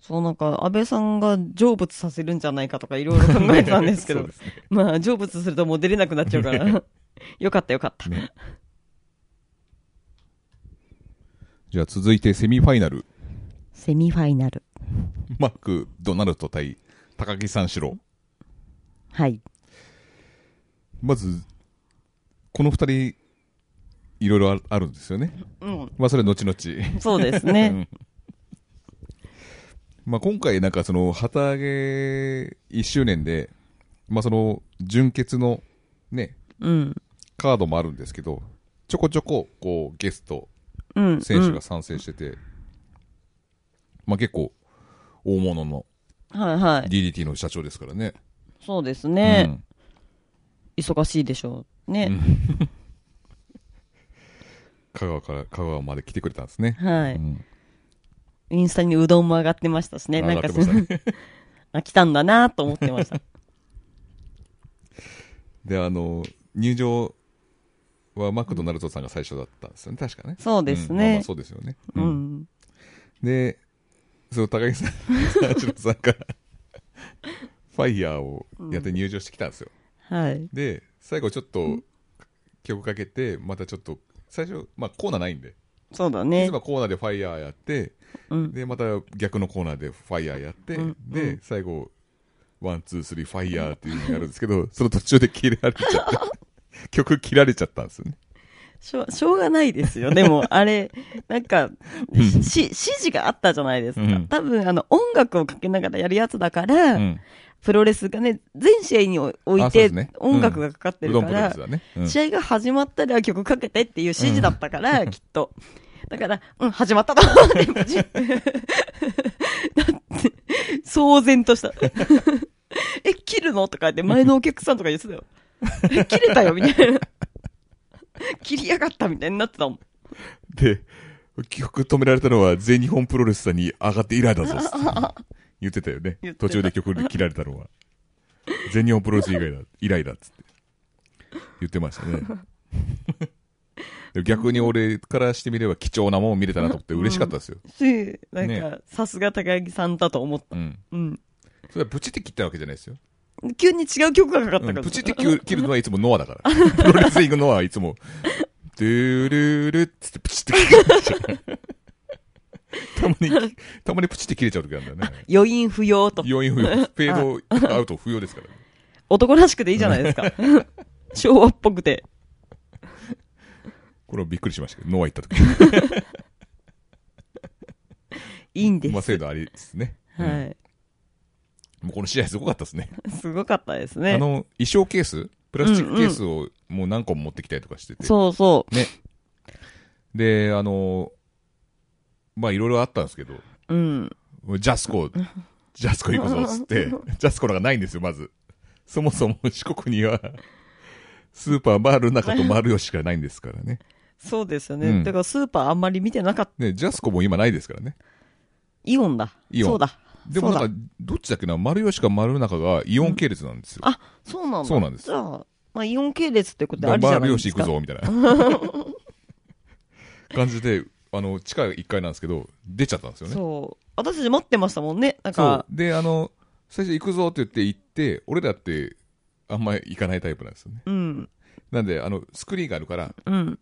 そう、なんか、安倍さんが成仏させるんじゃないかとかいろいろ考えてたんです けそうど、ねまあ、成仏するともう出れなくなっちゃうから。 よかったよかった。ねじゃあ続いてセミファイナル。セミファイナル。マック、ドナルド対高木三四郎。はい。まず、この二人、いろいろあるあるんですよね。うん、まあそれは後々。そうですね。まあ、今回、なんかその旗揚げ1周年で、まあ、その純潔の、ね、うん。カードもあるんですけど、ちょこちょここうゲスト、うん。選手が参戦してて、まあ、結構、大物のうん。はいはい。 DDT の社長ですからね。そうですうね。ん忙しいでしょうう。ね。ん香川から香川まで来てくれたんですね。はうい。んインスタにうどんも上がってましたしね。上ながんってかましたねあ、来たんだなと思ってま した。で、あの、入場はマクドナルドさんが最初だったんですよね、確かね。そうですんまあまあね。そうですよね。ううんん。で、その高木さん、三四郎さんが、 ファイヤーをやって入場してきたんですよ。はい。で、最後ちょっと、曲かけて、またちょっと、最初、まあコーナーないんで、そうだいねつ。もコーナーでファイヤーやって、うん。で、また逆のコーナーでファイヤーやって、うんうで、最後、ワン、ツー、スリー、ファイヤーっていうのをやるんですけど、 その途中で切られちゃって、 曲切られちゃったんですよね。しょう、しょうがないですよ。で も、あれ、なんか、し、し指示があったじゃないですか。うん多分、あの、音楽をかけながらやるやつだから、うん。プロレスがね、全試合にお置いあそうでてすね、うん音楽がかかってうるどかんプロレらス、だね。うん試合が始まったら曲かけてっていう指示だったから、きっと。だから、うん、始まったと思って、パチッだって、騒然とした。 え、切るのとか言って、前のお客さんとか言ってたよ。え切れたよ、みたいな。切りやがった、みたいになってたもん。で、記憶止められたのは全日本プロレスさんに上がって以来だぞっつ って言ってたよね言っ。てた途中で曲で切られたのは。全日本プロレス以外だ、以来だっつって言ってました ね。でも逆に俺からしてみれば貴重なもんを見れたなと思って嬉しかったですよ。し、なんねか、さすが高木さんだと思った。うん。うん。それはブチって切ったわけじゃないですよ。急に違う曲がかかっうたかんら。プチって切るのはいつもノアだ から。プロレスリングノアはいつも、ドゥルルっつってプチって切れちゃ う。たまに、たまにプチって切れちゃう時あるんだよね。余韻不要と。要因不要。 フェードアウト不要ですからね。男らしくていいじゃないですか。 昭和っぽくて。これはびっくりしましたけど、ノア行った時。いいんです。まあ、精度ありですね。うんはもうこの試合すごかったですね。い。 すごかったですあね。の、衣装ケースプラスチックケースをもう何個も持ってきたりとかしてて。そうそで、あの、まあ、いろいろあったんですけど、う。うん。ジャス コ、ジャスコ行くぞっつって、ジャスコなんかないんですよ、まず。そもそ も四国には、スーパー丸中と丸吉しかないんですからね。そうですようんね。だからスーパーあんまり見てなかった。ね、ジャスコも今ないですからね。イオンだ。イオンそうだ。でもそなうだんか、どっちだっけな、丸吉か丸中がイオン系列なんですよ。あ、そうなんだ。そうなんですじゃあ、まあ、イオン系列ってことであバりじゃない漁で師行すくか。ぞみたいな 感じであの地下1階なんですけど出ちゃったんですよねそう。私たち待ってましたもんね。なんそうか、であの最初行くぞって言って行って俺だってあんまり行かないタイプなんですよねうん、なんであのスクリーンがあるからうん、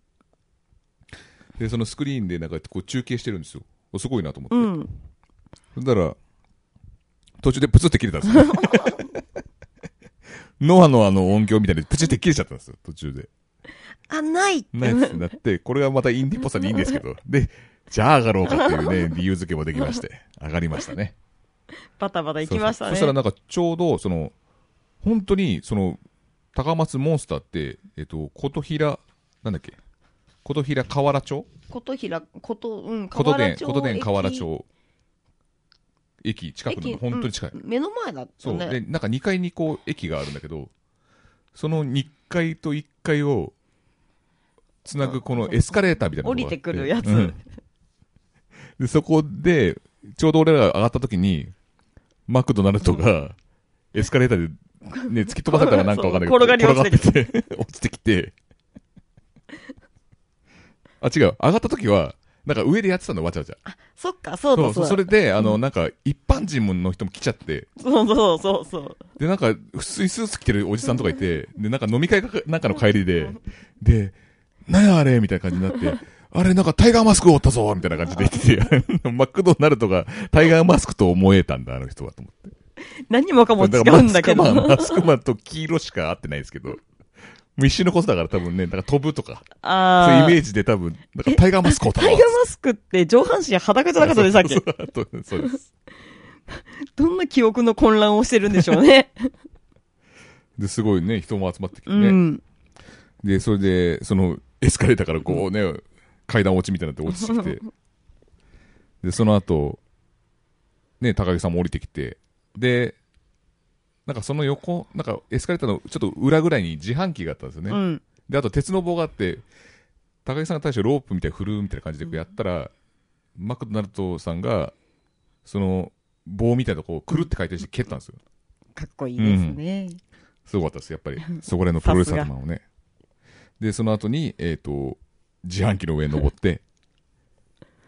でそのスクリーンでなんかこう中継してるんですよおすごいなと思って、うん。そしたら途中でプツって切れたんで すよノアのあの音響みたいにプチって切れちゃったんですよ途中であ、ないナイスになって、これがまたインディっぽさでいいんですけど、で、じゃあ上がろうかっていうね、理由付けもできまして、上がりましたね。 バタバタ行きましたそうそうそね。したらなんかちょうど、その、本当に、その、高松モンスターって、えっと、琴平、なんだっけ、琴平河原町琴平、琴、うん、琴河殿、原町。琴殿河原駅。町。駅、近く駅の、本当に近い。うん目の前だったそう。で、ね。なんか2階にこう、駅があるんだけど、その2階と1階を、つなぐこのエスカレーターみたいなのがあ降りてくるやつうんで、そこで、ちょうど俺らが上がった時に、マクドナルドが、エスカレーターで、ね、突き飛ばされたかなんかわかんないけど、そう転がり落ち転がってて落ちてきて、あ、違う、上がった時は、なんか上でやってたの、わちゃわちゃ。そっか、そうだそそううそだ。れで、あの、なんか、一般人の人も来ちゃって、そうそうそうそう。で、なんか、普通にスーツ着てるおじさんとかいて、で、なんか飲み会かなんかの帰りで、で、なんやあれみたいな感じになって、あれなんかタイガーマスクを折ったぞみたいな感じで言って て、マクドナルドがタイガーマスクと思えたんだ、あの人はと思って。何もかも違だからうんだけど。マスクマン、マスクマンと黄色しか合ってないですけど、もう一瞬のことだから多分ね、なんか飛ぶとか、そういう あイメーージで多分、なんかタイガーマスクを折ったタぞイガーマスクって上半身裸じゃなかったでしたっけそうそうそうです。どんな記憶の混乱をしてるんでしょうね。で、すごいね、人も集まってきてうね。ん。で、それで、その、エスカレーターからこうね、階段落ちみたいになって落ちてきて。で、その後、ね、高木さんも降りてきて。で、なんかその横、なんかエスカレーターのちょっと裏ぐらいに自販機があったんですよね。うん。で、あと鉄の棒があって、高木さんが対してロープみたいに振るみたいな感じでこうやったら、マクドナルドさんが、その、棒みたいなとこをくるって回転して蹴ったんですよ。かっこいいですね。すごかったです、やっぱり。そこら辺のプロレスラーマンをね。で、その後に、えっ、と、自販機の上に登 って、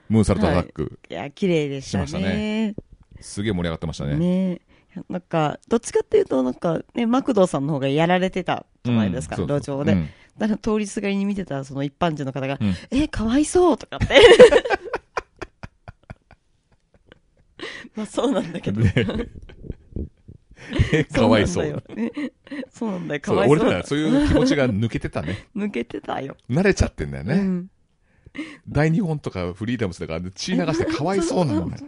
ムーンサルトアタック、いや、綺麗でしたしましたね。すげえ盛り上がってましたね。ねえなんか、どっちかっていうと、なんか、ね、マクドさんの方がやられてたじゃないですか、うん路上で。。そうそうだから通りすがりに見てた、その一般人の方が、うんえ、かわいそうとかって。 まあ、 そうなんだけど。うんでかわいそう。なんだよねそうなんだよ、かそうわい俺そうらだ。そういう気持ちが抜けてたね。抜けてたよ。慣れちゃってんだよね。うん大日本とかフリーダムスだから血流してかわいそう なんだよ。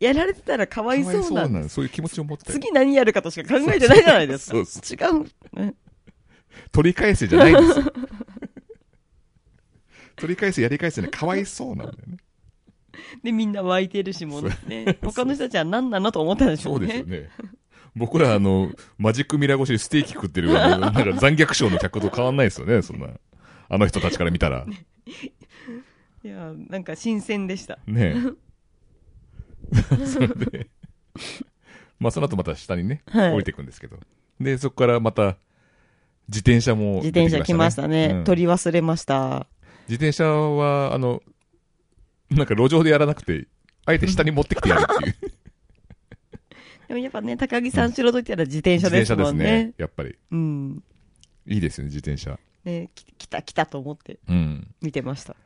やられてたらかわいそうなかわいよそういう気持ちを持って。次何やるかとしか考えてないじゃないですか。そうそ違う、ね取り返せじゃないんですよ。取り返せやり返せね、かわいそうなんだよね。で、みんな湧いてるし、もうね。他の人たちは何なのと思ったんでしょそううね。ですよね。僕らあの、マジックミラー越しでステーキ食ってる、あのなんか残虐症の客と変わんないですよね、そんな。あの人たちから見たら。いやなんか新鮮でしたね えそれでまあその後また下にね、はい降りていくんですけどでそこからまた自転車も自転車来ましたね、うん取り忘れました自転車はあのなんか路上でやらなくてあえて下に持ってきてやるっていうでもやっぱね高木さんしろといった ら自転自車転です車でもすんねねやっぱりうんいいですよね自転車ねき来た来たと思ってうん見てました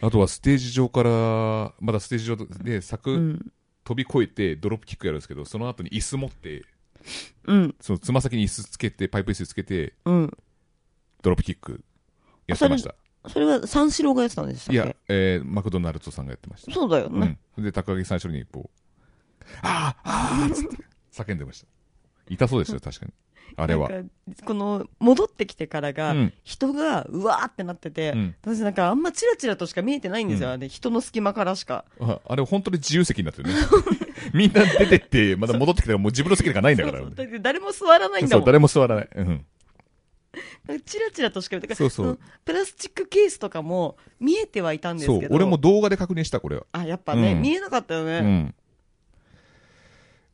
あとはステージ上からまだステージ上で柵、うん飛び越えてドロップキックやるんですけどその後に椅子持ってうんそのつま先に椅子つけてパイプ椅子つけてうんドロップキックやってましたそれは三四郎がやってたんでしたっいけや、えーマクドナルドさんがやってました、そうだようね、ん、で高木さん一緒にこうあーあーっつって叫んでました痛そうですよ確かにあれはなんかこの戻ってきてからが、うん人がうわーってなってて、うん私なんかあんまチラチラとしか見えてないんですよ、うんあれ人の隙間からしかああれ本当に自由席になってるね みんな出てってまだ戻ってきたらもう自分の席なんかないんだからそうそうだって誰も座らないんだそうもん誰も座らない、うん、なんかチラチラとしか見えてそうそうのプラスチックケースとかも見えてはいたんですそうけど俺も動画で確認したこれはあやっぱね、うん見えなかったようね、ん。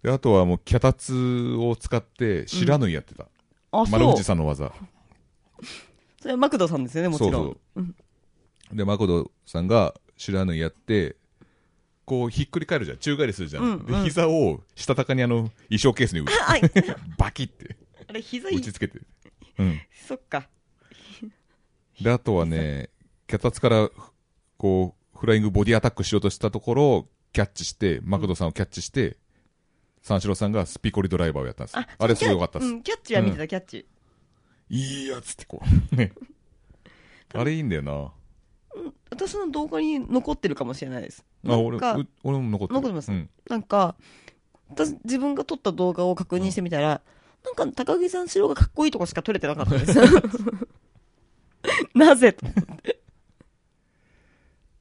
で、あとはもう、脚立を使って、白縫いやってた。あ丸そう藤さんの技。それはマクドさんですよねもちろんそうそう。で、マコドさんが白縫いやって、こう、ひっくり返るじゃん。宙返りするじゃん。うんでう、ん膝を、したたかにあの、衣装ケースに打あ あバキって、あれ膝い打ちつけて。うん。そっかで、あとはね、脚立から、こう、フライングボディアタックしようとしたところを、キャッチして、マクドさんをキャッチして、三四郎さんがスピコリドライバーをやったんですよ。あれすごい良かったですう。んキャッチは見てた、キャッチいいやつってこう。ね。 あれいいんだよな。私の動画に残ってるかもしれないですあ、なん俺、かう俺も残ってる。残ってますうん。なんか、私、自分が撮った動画を確認してみたら、なんか、高木さん白がかっこいいとこしか撮れてなかったです。なぜと。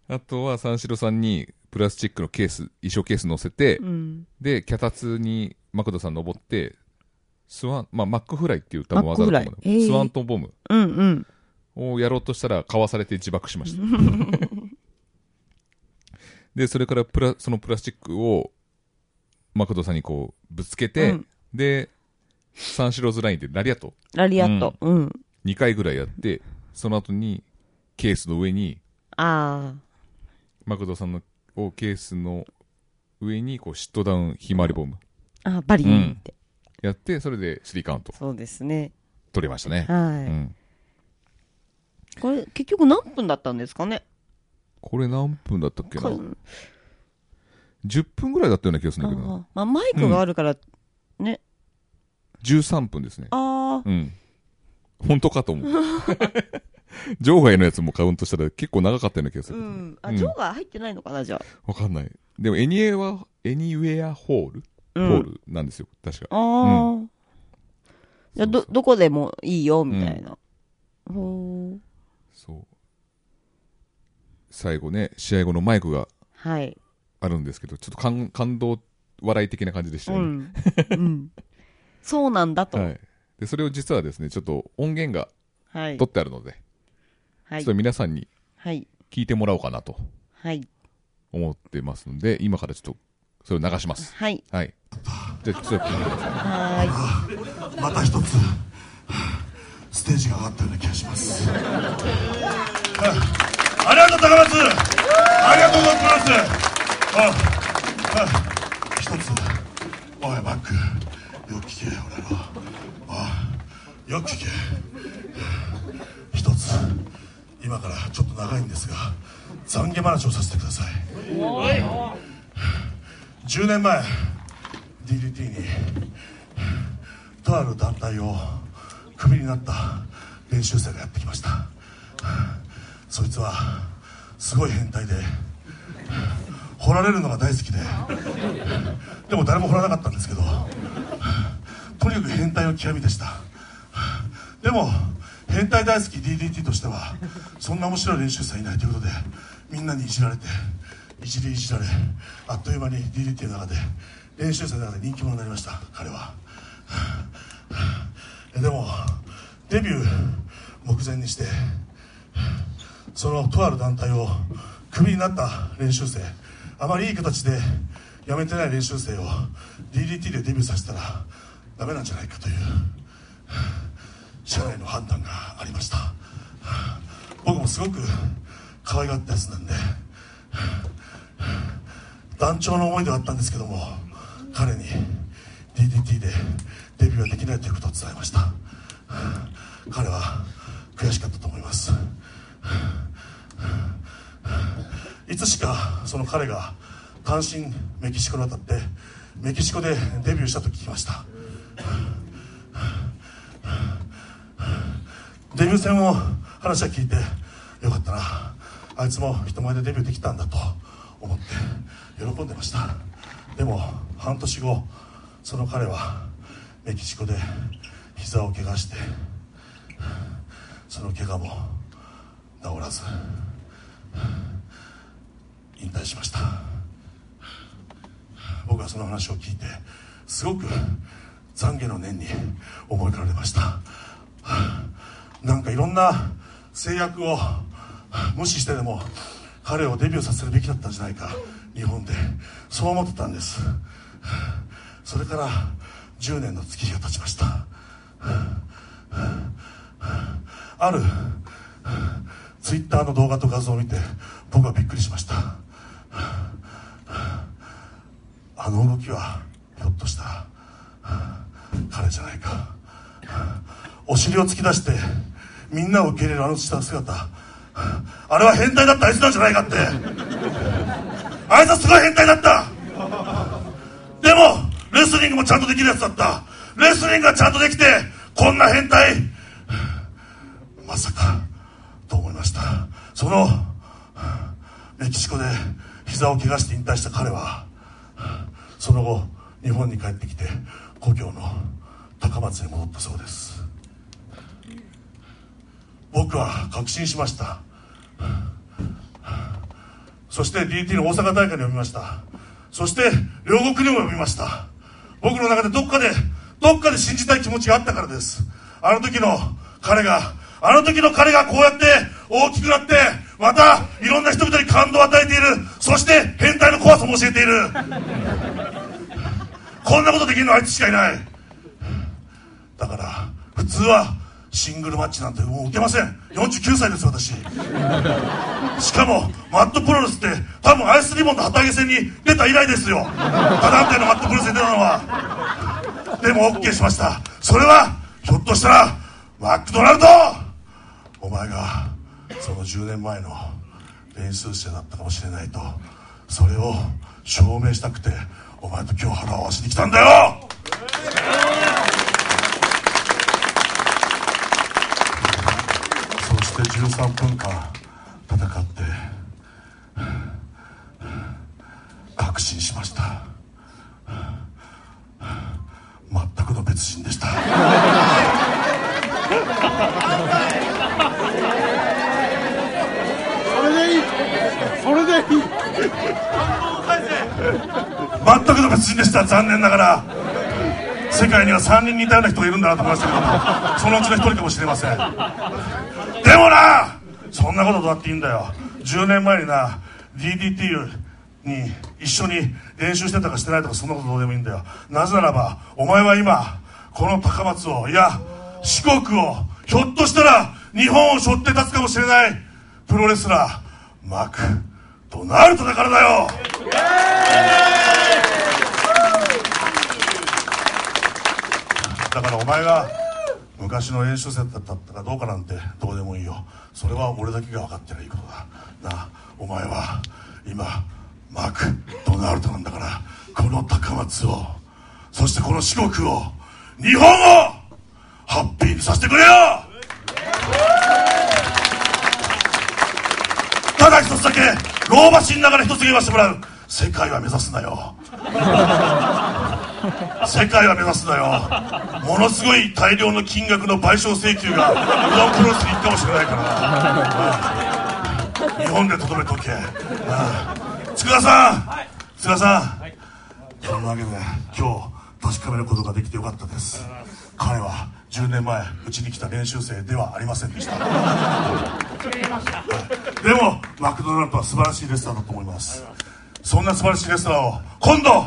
あとは三四郎さんにプラスチックのケース、衣装ケース乗せて、うん。で、脚立にマクドさん登って、スワン、まあ、マックフライっていう多分技だと思うんだけどマックフライえースワントンボムうんうん。をやろうとしたら、かわされて自爆しました。 で、それからプラ、そのプラスチックを、マクドさんにこう、ぶつけて、うんで、三四郎ズラインでラリアット。ラリアット。うん。 2回ぐらいやって、その後にケースの上に、あマクドさんのをケースの上にこうシットダウンひまわりボムあ。あバリーンって。やって、それでスリーカウントそうですね。取れましたね。うはん、い。これ、結局何分だったんですかねこれ何分だったっけなか ?10 分ぐらいだったような気がすあるんだけどな。ーまあ、マイクがあるから、ね。 13分ですね。ああ。うん。本当かと思う。 場外のやつもカウントしたら結構長かったような気がすうるけどね。ん。あ、うんジョーが入ってないのかな、じゃわかんない。でも、エニエは、エニウェアホール、あ。うん。ホールなんですよ。確か。ああ、じゃあど、どこでもいいよ、んみたいな。ほーそう。最後ね、試合後のマイクがはい。あるんですけど、ちょっと感感動笑い的な感じでしたうよね。ん。うん。そうなんだと。は。はいい。で、それを実はですね、ちょっと音源がはい取。ってあるので、ちょはいっと。皆さんにはい。聞いてもらおうかなとはい。思ってますので、今からちょっとそれを流します。はい。はい。じゃあ、ちょっと聞い てください。はまた一つステージが上がったような気がしますありがとうございますありがとうございます一つおいマックよく聞け俺のあよく聞け一つ今からちょっと長いんですが懺悔話をさせてください10年前 DDT にとある団体をクビになった練習生がやってきましたそいつはすごい変態で掘られるのが大好きででも誰も掘らなかったんですけどとにかく変態の極みでしたでも変態大好き DDT としてはそんな面白い練習生はいないということでみんなにいじられていじりいじられあっという間に DDT の中で練習生の中で人気者になりました彼はえでもデビュー目前にしてそのとある団体をクビになった練習生あまりいい形で辞めてない練習生を DDT でデビューさせたらダメなんじゃないかという社内の判断がありました僕もすごく可愛がったやつなんで団長の思いではあったんですけども彼に DDT でデビューはできないということを伝えました彼は悔しかったと思いますいつしかその彼が単身メキシコに渡ってメキシコでデビューしたと聞きましたデビュー戦を話は聞いてよかったなあいつも人前でデビューできたんだと思って喜んでましたでも半年後その彼はメキシコで膝を怪我してその怪我も治らず引退しました僕はその話を聞いてすごく懺悔の念に思いかられましたなんかいろんな制約を無視してでも彼をデビューさせるべきだったんじゃないか日本でそう思ってたんですそれから10年の月日が経ちましたあるツイッターの動画と画像を見て僕はびっくりしましたあの動きはひょっとしたら彼じゃないかお尻を突き出してみんなを受け入れるあの下姿あれは変態だったあいつなんじゃないかってあいつはすごい変態だったでもレスリングもちゃんとできるやつだったレスリングがちゃんとできてこんな変態まさかと思いましたそのメキシコで膝を怪我して引退した彼はその後日本に帰ってきて故郷の高松に戻ったそうです僕は確信しましたそして DT の大阪大会に読みましたそして両国にも読みました僕の中でどっかでどっかで信じたい気持ちがあったからですあの時の彼があの時の彼がこうやって大きくなってまたいろんな人々に感動を与えているそして変態の怖さも教えているこんなことできるのはあいつしかいないだから普通はシングルマッチなんてもう受けません49歳です私しかもマットプロレスって多分アイスリボンの旗揚げ戦に出た以来ですよ他団体のマットプロレスに出たのはでも OK しましたそれはひょっとしたらマクドナルドお前がその10年前の練習生だったかもしれないとそれを証明したくてお前と今日腹を合わせに来たんだよそして13分間戦って確信しました全くの別人でしたそれでいいそれでいい全くの別人でした残念ながら世界には3人似たような人がいるんだなと思いましたけどそのうちの1人かもしれませんでもなそんなことどうだっていいんだよ10年前にな DDT に一緒に練習してたかしてないとかそんなことどうでもいいんだよなぜならばお前は今この高松をいや四国をひょっとしたら日本を背負って立つかもしれないプロレスラーマクドナルドだからだよだからお前が昔の練習生だったかどうかなんてどうでもいいよそれは俺だけが分かってりゃいいことだなあお前は今マクドナルドなんだからこの高松をそしてこの四国を日本をハッピーにさせてくれよただ一つだけ老婆心ながら一つ言わせてもらう世界は目指すなよ世界は目指すなよものすごい大量の金額の賠償請求がうどんプロレスに行くかもしれないからな日本でとどめとけああ佃さん、佃さん、そんなわけで今日確かめることができてよかったです彼は10年前うちに来た練習生ではありませんでしたはいでもマクドナルドは素晴らしいレストランだと思いますそんな素晴らしいレストランを今度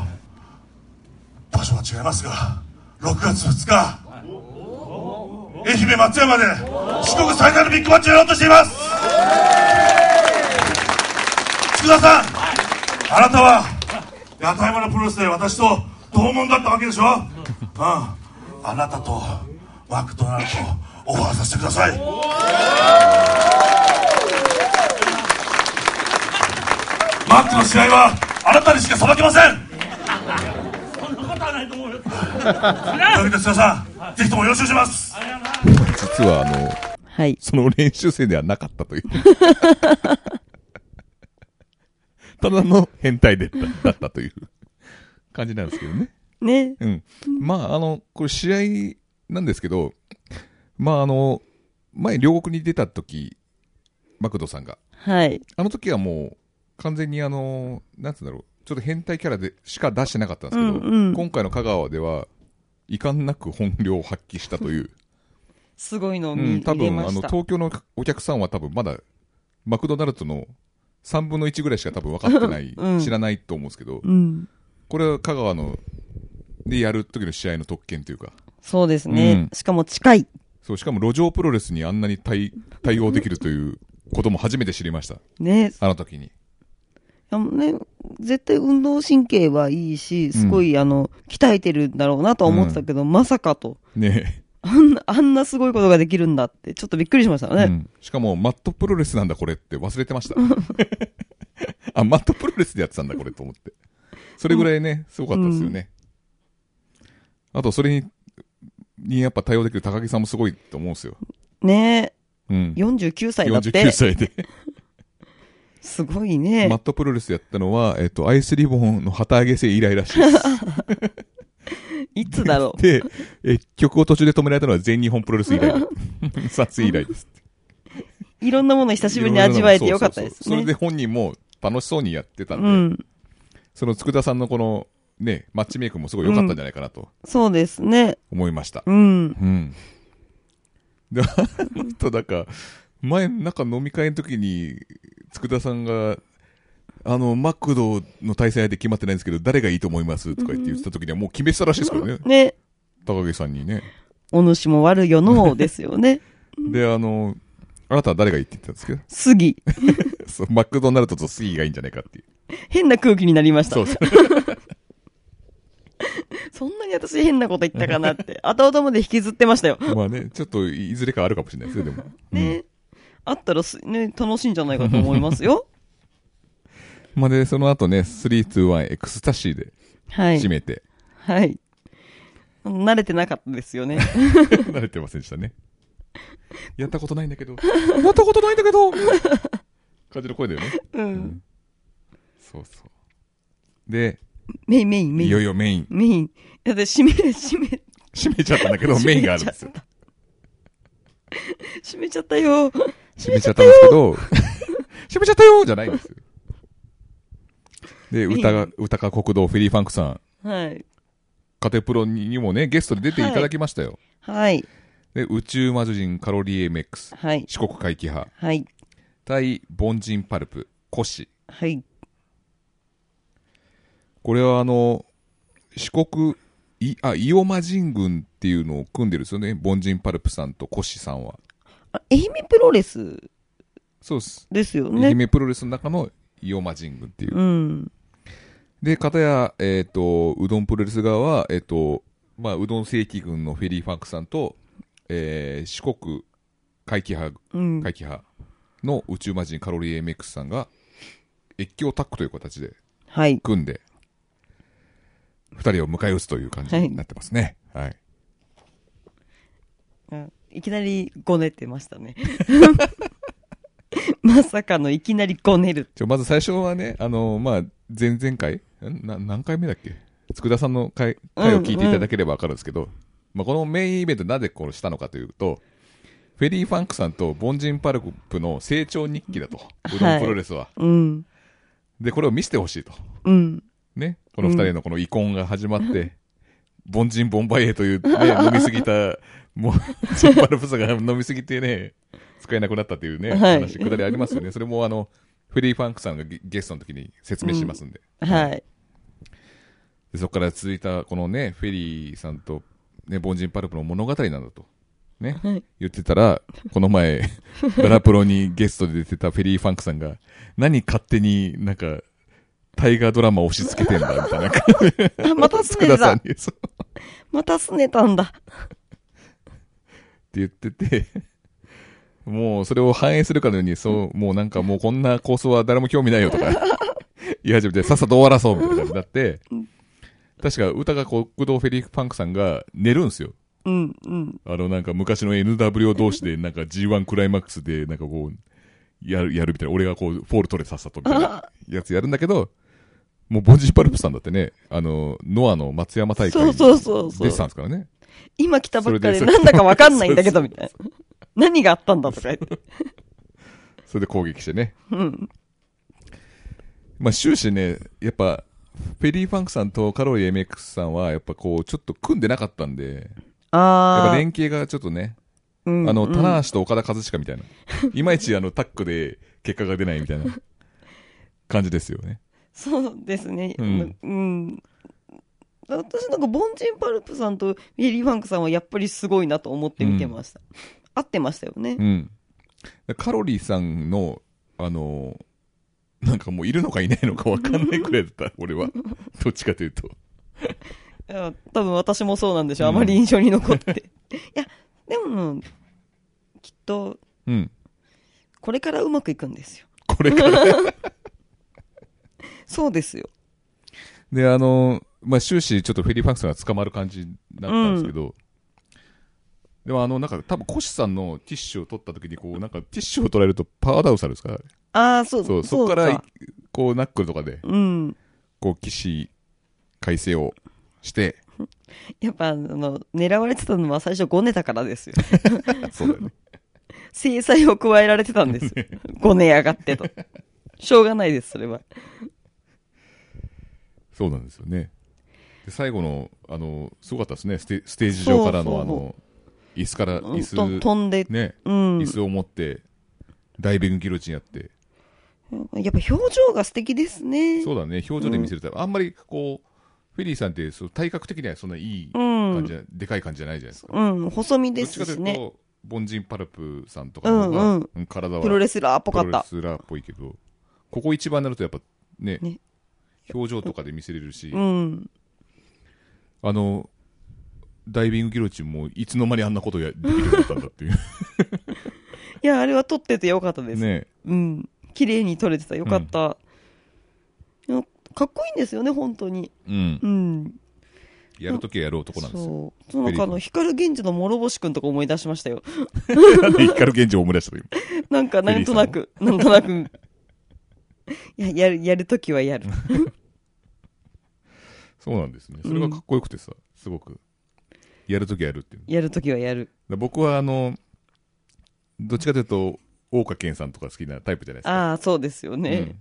場所は違いますが6月2日愛媛松山で四国最大のビッグマッチをやろうとしています福田さんあなたは屋台村プロレスで私と同門だったわけでしょ、うん、あなたとマクドナルドをオファーさせてくださいマックの試合はあなたにしかさばけませんそんなことはないと思うよ。というわけで須田さんぜひともよろしくお願いします実はあの、はい。その練習生ではなかったという。 ただの変態でだだったという感じなんですけどね。ね。うん。まあ、あの、これ試合なんですけど、まあ、あの、前両国に出た時、マクドさんが、はい。あの時はもう完全にあの、なんつうんだろう、ちょっと変態キャラでしか出してなかったんですけど、うんうん今回の香川では、遺憾なく本領を発揮したという。すごいのをう見,、ん、多れ分あまのした。東京のお客さんは多分まだマクドナルドの3分の1ぐらいしか多分分かってない、うん知らないと思うんですけどうん。これは香川のでやる時の試合の特権というかそうですね。うしかも近い。そうしかも路上プロレスにあんなに対対応できるということも初めて知りましたね。あの時にあのね、絶対運動神経はいいし、すごい、あの、鍛えてるんだろうなとは思ってたけど、まさかと。ねあんな、あんなすごいことができるんだって、ちょっとびっくりしましたえ、うね。ん、しかもマットプロレスなんだこれって忘れてました あマットプロレスでやってたんだこれと思ってそれぐらいねすごかったですよね、あとそれににやっぱ対応できる高木さんもすごいと思うんですよねうんえ、49歳だっ49て。歳で。すごいマッ ね。トプロレスやったのは、えっと、アイスリボンの旗揚げ生以来らしいです。いつだろ う。で、え、曲を途中で止められたのは全日本プロレス以来 だ。撮影以 来です。いろんなもの久しぶりに味わえてよかったですそうそうそうそれでね。本人も楽しそうにやってたんうで、ん。その佃さんのこの、ね、マッチメイクもすごい良かったんじゃないかなとそうですね。思いました。うん。うん。で、 あのと、なんか、前、なんか飲み会の時に、佃さんが、あの、マクドの対戦相手決まってないんですけど、誰がいいと思いますとか言って言ってた時にはもう決めてたらしいですからね。ね。高木さんにね。お主も悪よのうですよ ね。で、あの、あなたは誰がいいって言ってたんですけど杉。そう、マクドナルドとスギがいいんじゃないかっていう。変な空気になりましたそ。うそう。そんなに私変なこと言ったか なって。後々まで引きずってましたよ。 まあね、ちょっといずれかあるかもしれないですね、でも。うんね。あったらす、ね、楽しいんじゃないかと思いま すよ。まあで、その後ね、3、2、1、エクスタシーではい締。めて、 はい。慣れてなかったで すよね。慣れてませんでした ね。やったことないんだけど。やったことないんだけど感じの声だよね。うん。そうそう。で、メイン、メイン、メイいよいン。よメイン。メイン。だって締め、締め、閉めちゃったんだ けど、メインがあるんですよ。 締めちゃったよ。閉めちゃったんですけど、 閉めちゃったよじゃないんですよ。で、メイン歌が、歌か国道フェリーファンクさん、はい。カテプロにもね、ゲストで出ていただきましたよ。はい。で、宇宙魔女人カロリー MX、はい。四国回帰派、はい。対凡人パルプ、コシ。はい。これはあの、四国、い、あ、伊予間神軍っていうのを組んでるんですよね。凡人パルプさんとコシさんは。あ愛媛プロレスそうです。ですよ愛ね。媛プロレスの中の伊予間神軍っていう。うん。で、片や、えっ、と、うどんプロレス側は、えっ、と、まあ、うどん正規軍のフェリーファンクさんと、えー、四国怪奇派、うん。怪奇派の宇宙魔人カロリー MX さんが、越境タッグという形ではい。組んで、二人を迎え撃つという感じになってますね。はいうんいきなりごねてました ね。まさかのいきなりごねる。じゃあまず最初はね、あのまあ、前々回んな、何回目だっけ佃さんの回回を聞いていただければわかるんですけど、まあ、このメインイベントなぜこれしたのかというと、フェリーファンクさんと凡人パルプの成長日記だと、うどんプロレスは。うん。で、これを見せてほしいと。うん。ね。この二人のこの遺恨が始まって、凡人ボンバイエという、ね、飲みすぎた、もう、チョッパルプスが飲みすぎてね、使えなくなったっていうね、はい話、くだりありますよね。それもあの、フリーファンクさんがゲゲストの時に説明しますんで。はい。でそこから続いた、このね、フェリーさんと、ね、凡人パルプの物語なんだと。ね、言ってたら、この前、ガラプロにゲストで出てたフェリーファンクさんが、何勝手になんか、大河ドラマ押し付けてんだ、みたいな感じで。あ、また拗ね佃てさたん。に、そう。また拗ねたんっだ。て言ってて、もうそれを反映するかのように、そう、もうなんかもうこんな構想は誰も興味ないよと か言い始めて、さっさと終わらそうみたいな感じになって、確か歌が国道フェリーパンクさんが寝るんですよ。うん、うん。あのなんか昔の NW 同士でなんか G1 クライマックスでなんかこう、やる、やるみたいな、俺がこう、フォール取れさっさとみたいなやつやるんだけど、もうボンジーパルプさんだってね、あの、ノアの松山大会そにうそうそうそう出てたんですからね。今来たばっかでそれでなんだかわかんない んだけど、みたいな。何があったんだとか言って。それで攻撃してね。うん。まあ終始ね、やっぱ、フェリーファンクさんとカロリー MX さんは、やっぱこう、ちょっと組んでなかったんで、やっあぱー。連携がちょっとね、うんあの、うん棚橋と岡田和親みたいな、いまいちあの、タックで結果が出ないみたいな感じですよね。そうですね。ううんん。私なんか、凡人パルプさんとミリー・ファンクさんはやっぱりすごいなと思って見てました。合ってましたよねう。ん。カロリーさんの、あの、なんかもういるのかいないのかわかんないくらいだった、俺は。どっちかというと。いや多分私もそうなんでしょう。うんあまり印象に 残って。いや、でも、きっと、うん。これからうまくいくんですよ。これから。そうですよ。で、あの、まあ、終始ちょっとフェリーファンクスが捕まる感じだったんですけど、でもあの、なんか多分コシさんのティッシュを取った時に、こう、なんかティッシュを取られるとパワーダウンされるんですかああ、そう、そう、そこからか、こう、ナックルとかで、うん。こう、騎士改正をして、やっぱ、あの、狙われてたのは最初5ネタからですよ。そうだよね。制裁を加えられてたんです よ。5年上がってと。しょうがないです、それは。そうなんですよね。で、最後の、あの、すごかったですね。ステステージ上からの、そうそうあの、椅子から、うん椅と飛子、んで、ね、うん。椅子を持って、ダイビングギロチンやって、やっぱ表情が素敵ですね。そうだね、表情で見せるタイプ。あんまりこう、フェリーさんってそう体格的にはそんないいん感じじゃ、でかい感じじゃないじゃないですか。うん、細身どでっちかすというしと、ね。凡人パルプさんとかの方が、うんうんうん体はプロレスラーっぽかプっロレた。スラーっぽいけど、ここ一番になるとやっぱね、ね表情とかで見せれるし、うん。あの、ダイビングギロチンもいつの間にあんなことやできるようになったんだって いう。いや、あれは撮っててよかったです。ねうん。綺麗に撮れてた。よかった。いやかっこいいんですよね、本当に。うんう。ん。やるときはやる男なんです よ。そう。その中の、光源氏の諸星くんとか思い出しましたよ。 なんで光源氏を思い出したの今なんか、なんとなく、なんとなく。いや、やる、やるときはやる。そうなんですね。それがかっこよくてさ、すごく。やるときはやるっていう。やるときはやる。だ僕はあの、どっちかというと、大岡健さんとか好きなタイプじゃないですか。ああ、そうですようねん。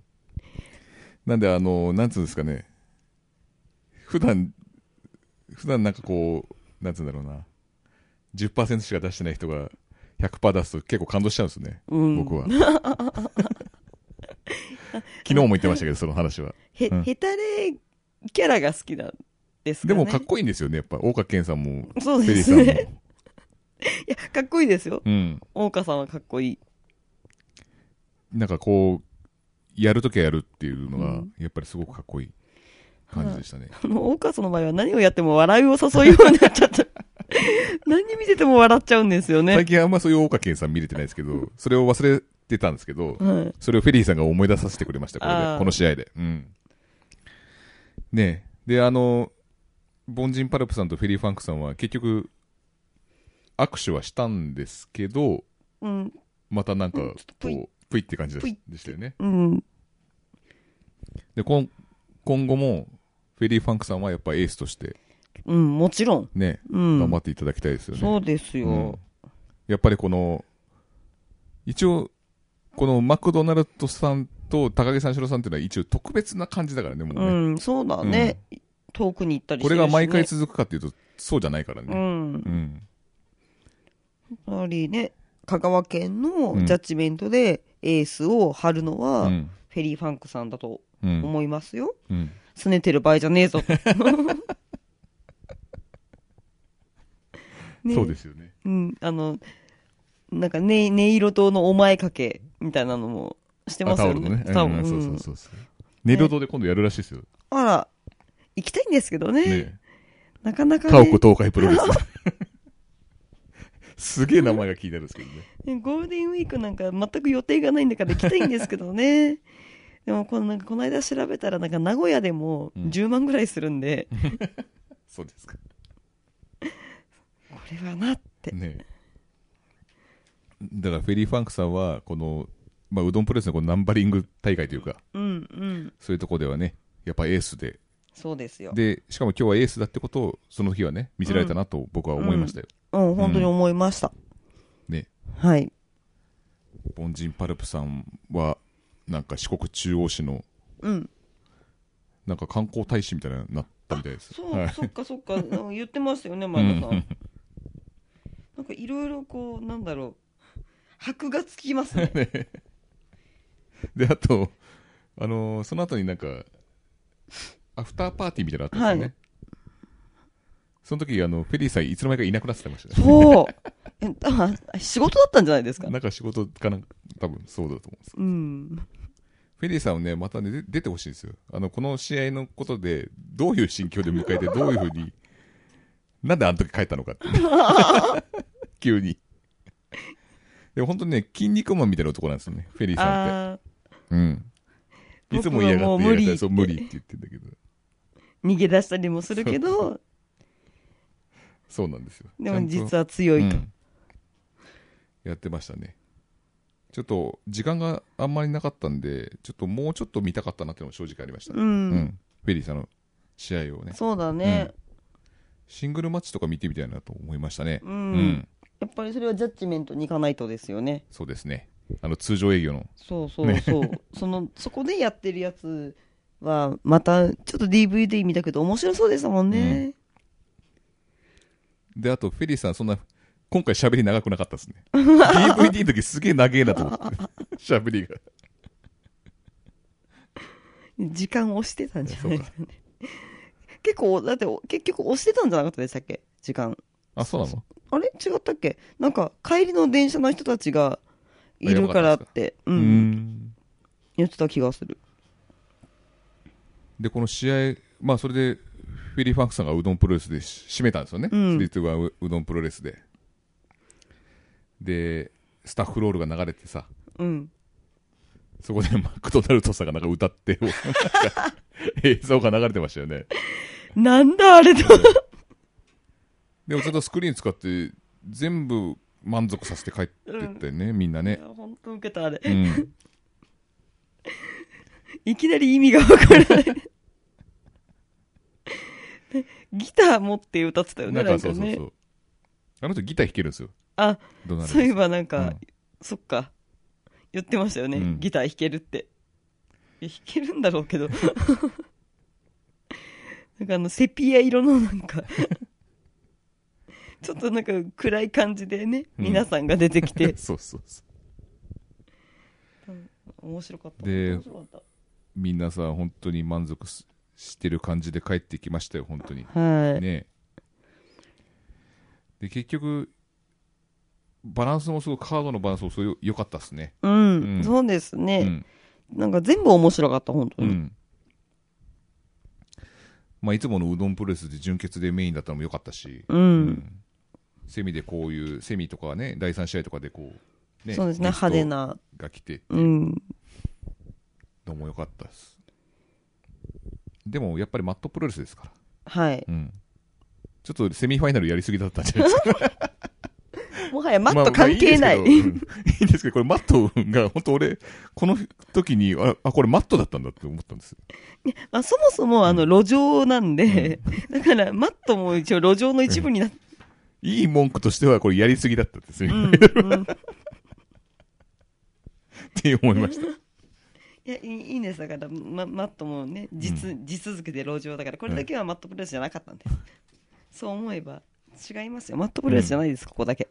なんであの、なんつうんですかね。普段、普段なんかこう、なんつうんだろうな。10%しか出してない人が100%出すと結構感動しちゃうんですよね。うん僕は。 昨日も言ってましたけど、その話は。へ、うんへたれキャラが好きなんですかでね。もかっこいいんですよね、やっぱ。大岡健さんも、そうペリでーすさんね。も。いや、かっこいいですよ。うん。大岡さんはかっこいい。なんかこう、やるときはやるっていうのがう、やっぱりすごくかっこいい感じでしたね。あの、大川さんの場合は何をやっても笑いを誘うようになっち ゃった。何見てても笑っちゃうんですよね最。近あんまそういう大岡健さん見れてないですけど、それを忘れてたんですけど、はい。それをフェリーさんが思い出させてくれました、これあで、ーこの試合で。うん。ねえで、あの、凡人パルプさんとフェリー・ファンクさんは結局、握手はしたんですけど、うん。またなんか、こ、ちょっとぷいうぷいって感じでぷいでしたよね。うん。で、今今後も、フェリー・ファンクさんはやっぱエースとして、うん、もちろん。ね、うん。頑張っていただきたいですよね。そうですよ。うんやっぱりこの、一応、このマクドナルドさんと高木三四郎さんっていうのは一応特別な感じだからね、もううね。ん、そうだね。遠くに行ったりしこてれるし、ね、が毎回続くかっていうと、そうじゃないからうね。んう。ん。やはりね、香川県うんのジャッジメントでエースを張るのうは、ん。フェリーファンクさんだとうん。思いますよ。うん。拗ねてる場合じゃねえぞ。ねそうですよね。うん、あの、なんか、ね、音色とのお前かけみたいなのもしてあますタよオルのねね。。うんルうんそうそうんうそうそう。ネルドで今度やるらしいですよ。あら、行きたいんですけどね。ねなかなかタオコね、東海プロレス。すげえ名前が聞いてるんですけどね。ゴールデンウィークなんか全く予定がないんだから行きたいんですけ どね。でもこのなんかこの間調べたらなんか名古屋でもうん10万ぐらいするんで、そうですか。これはなって。ねえだからフェリー・ファンクさんはこの、まあ、うどんプロレスのこのナンバリング大会というかうんうん。そういうとこではねやっぱエースでそうですよ。でしかも今日はエースだってことをその日はね見せられたなと僕は思いましたよ、うん、本当に思いました。ねはい。凡人パルプさんはなんか四国中央市のうん。なんか観光大使みたいになったみたいですそう、はいそっかそっか、なんか言ってましたよね、う前田さんん。なんかいろいろこう、なんだろう。箔がつきま すね。であと、あのーその後になんかアフターパーティーみたいなのあったんですよね、はいその時あのフェリーさんいつの間にかいなくなってましたねそう。えあ仕事だったんじゃないですか。なんか仕事かなんか、多分そうだと思うんです。うん。フェリーさんをね、またね、で出てほしいんですよ。あの、この試合のことで、どういう心境で迎えて、どういうふうに、 なんであの時帰ったのかって、ね。 急に。でも本当にね、筋肉マンみたいな男なんですよね、フェリーさんって。ああ、うん。いつも嫌がって嫌がったりそう、無理って言ってんだけど。逃げ出したりもするけど、そうなんですよ。でも実はは強いと。やってましたね。ちょっと、時間があんまりなかったんで、ちょっともうちょっと見たかったなっていうのも正直ありましたねう。うんん、フェリーさんの試合をね、そうだね。シングルマッチとか見てみたいなと思いましたね。ううんん。やっぱりそれはジャッジメントに行かないとですよね。そうですね。あの通常営業の、そうそうそう。その、そこでやってるやつは、また、ちょっと DVD 見たけど面白そうでしたもんね。であと、フェリーさん、そんな、今回、喋り長くなかったです ね。DVD の時すげえ長えなと思って、喋りが。時間押してたんじゃないですかそね。結構、だって、結局押してたんじゃなかったでしたっけ時間。あ、そうなのあれ違ったっけなんか、帰りの電車の人たちがいるからって、う、うんん。言ってた気がする。で、この試合、まあ、それで、フェリー・ファンクさんがうどんプロレスで締めたんですよね。うんスリートはううどんプロレスで。で、スタッフロールが流れてさ、うん。そこでマクドナルドさんがなんか歌って、なんか映像が流れてましたよね。なんだあれと。でもちょっとスクリーン使って、全部満足させて帰ってったよね、みんないね。やほんと受けたあれう。ん。いきなり意味がわからない。 ギター持って歌ってたよなね、んか なんかそうそうねそ。う。あの人ギター弾けるんですよ。あ、ドナルドさそういえん。ばなんか、うんそっか。言ってましたよね。うんギター弾けるって。いや弾けるんだろうけど。 なんかあの、セピア色のなん か、ちょっとなんか暗い感じでね、うん、皆さんが出てきて そうそうそう。面白かった。で面白かっみんなさ、本当に満足すしてる感じで帰ってきましたよ、本当に。た。はい。ねで、結局、バランスもすごい、カードのバランスもすごい良かったですね。うん、うんそうですうね、ん。なんか全部面白かった、本当うに。ん。まあ、いつものうどんプロレスで純潔でメインだったのも良かったし、うん。うんセミでこういう、セミとかね、第3試合とかでこう、そうですね、ゲスト派手な。が来て、うん。のも良かったです。でもやっぱりマットプロレスですから、はい。うんちょっとセミファイナルやりすぎだったんじゃないですか。もはやマまあット関係ない。まあいいん ですけどうんいいんですけど、これマットが、本当俺、この時に、あ、あこれマットだったんだって思ったんですよ。まあ、そもそもあの路上なんで、だからマットも一応路上の一部になって、いい文句としては、これやりすぎだったって、セミうファイナルん、うんって思いました。いやいいいいんですだから、ま、マットもね実,、実続けて路上だからこれだけはマットプレスじゃなかったんです、そう思えば違いますよマットプレスじゃないです、ここだけ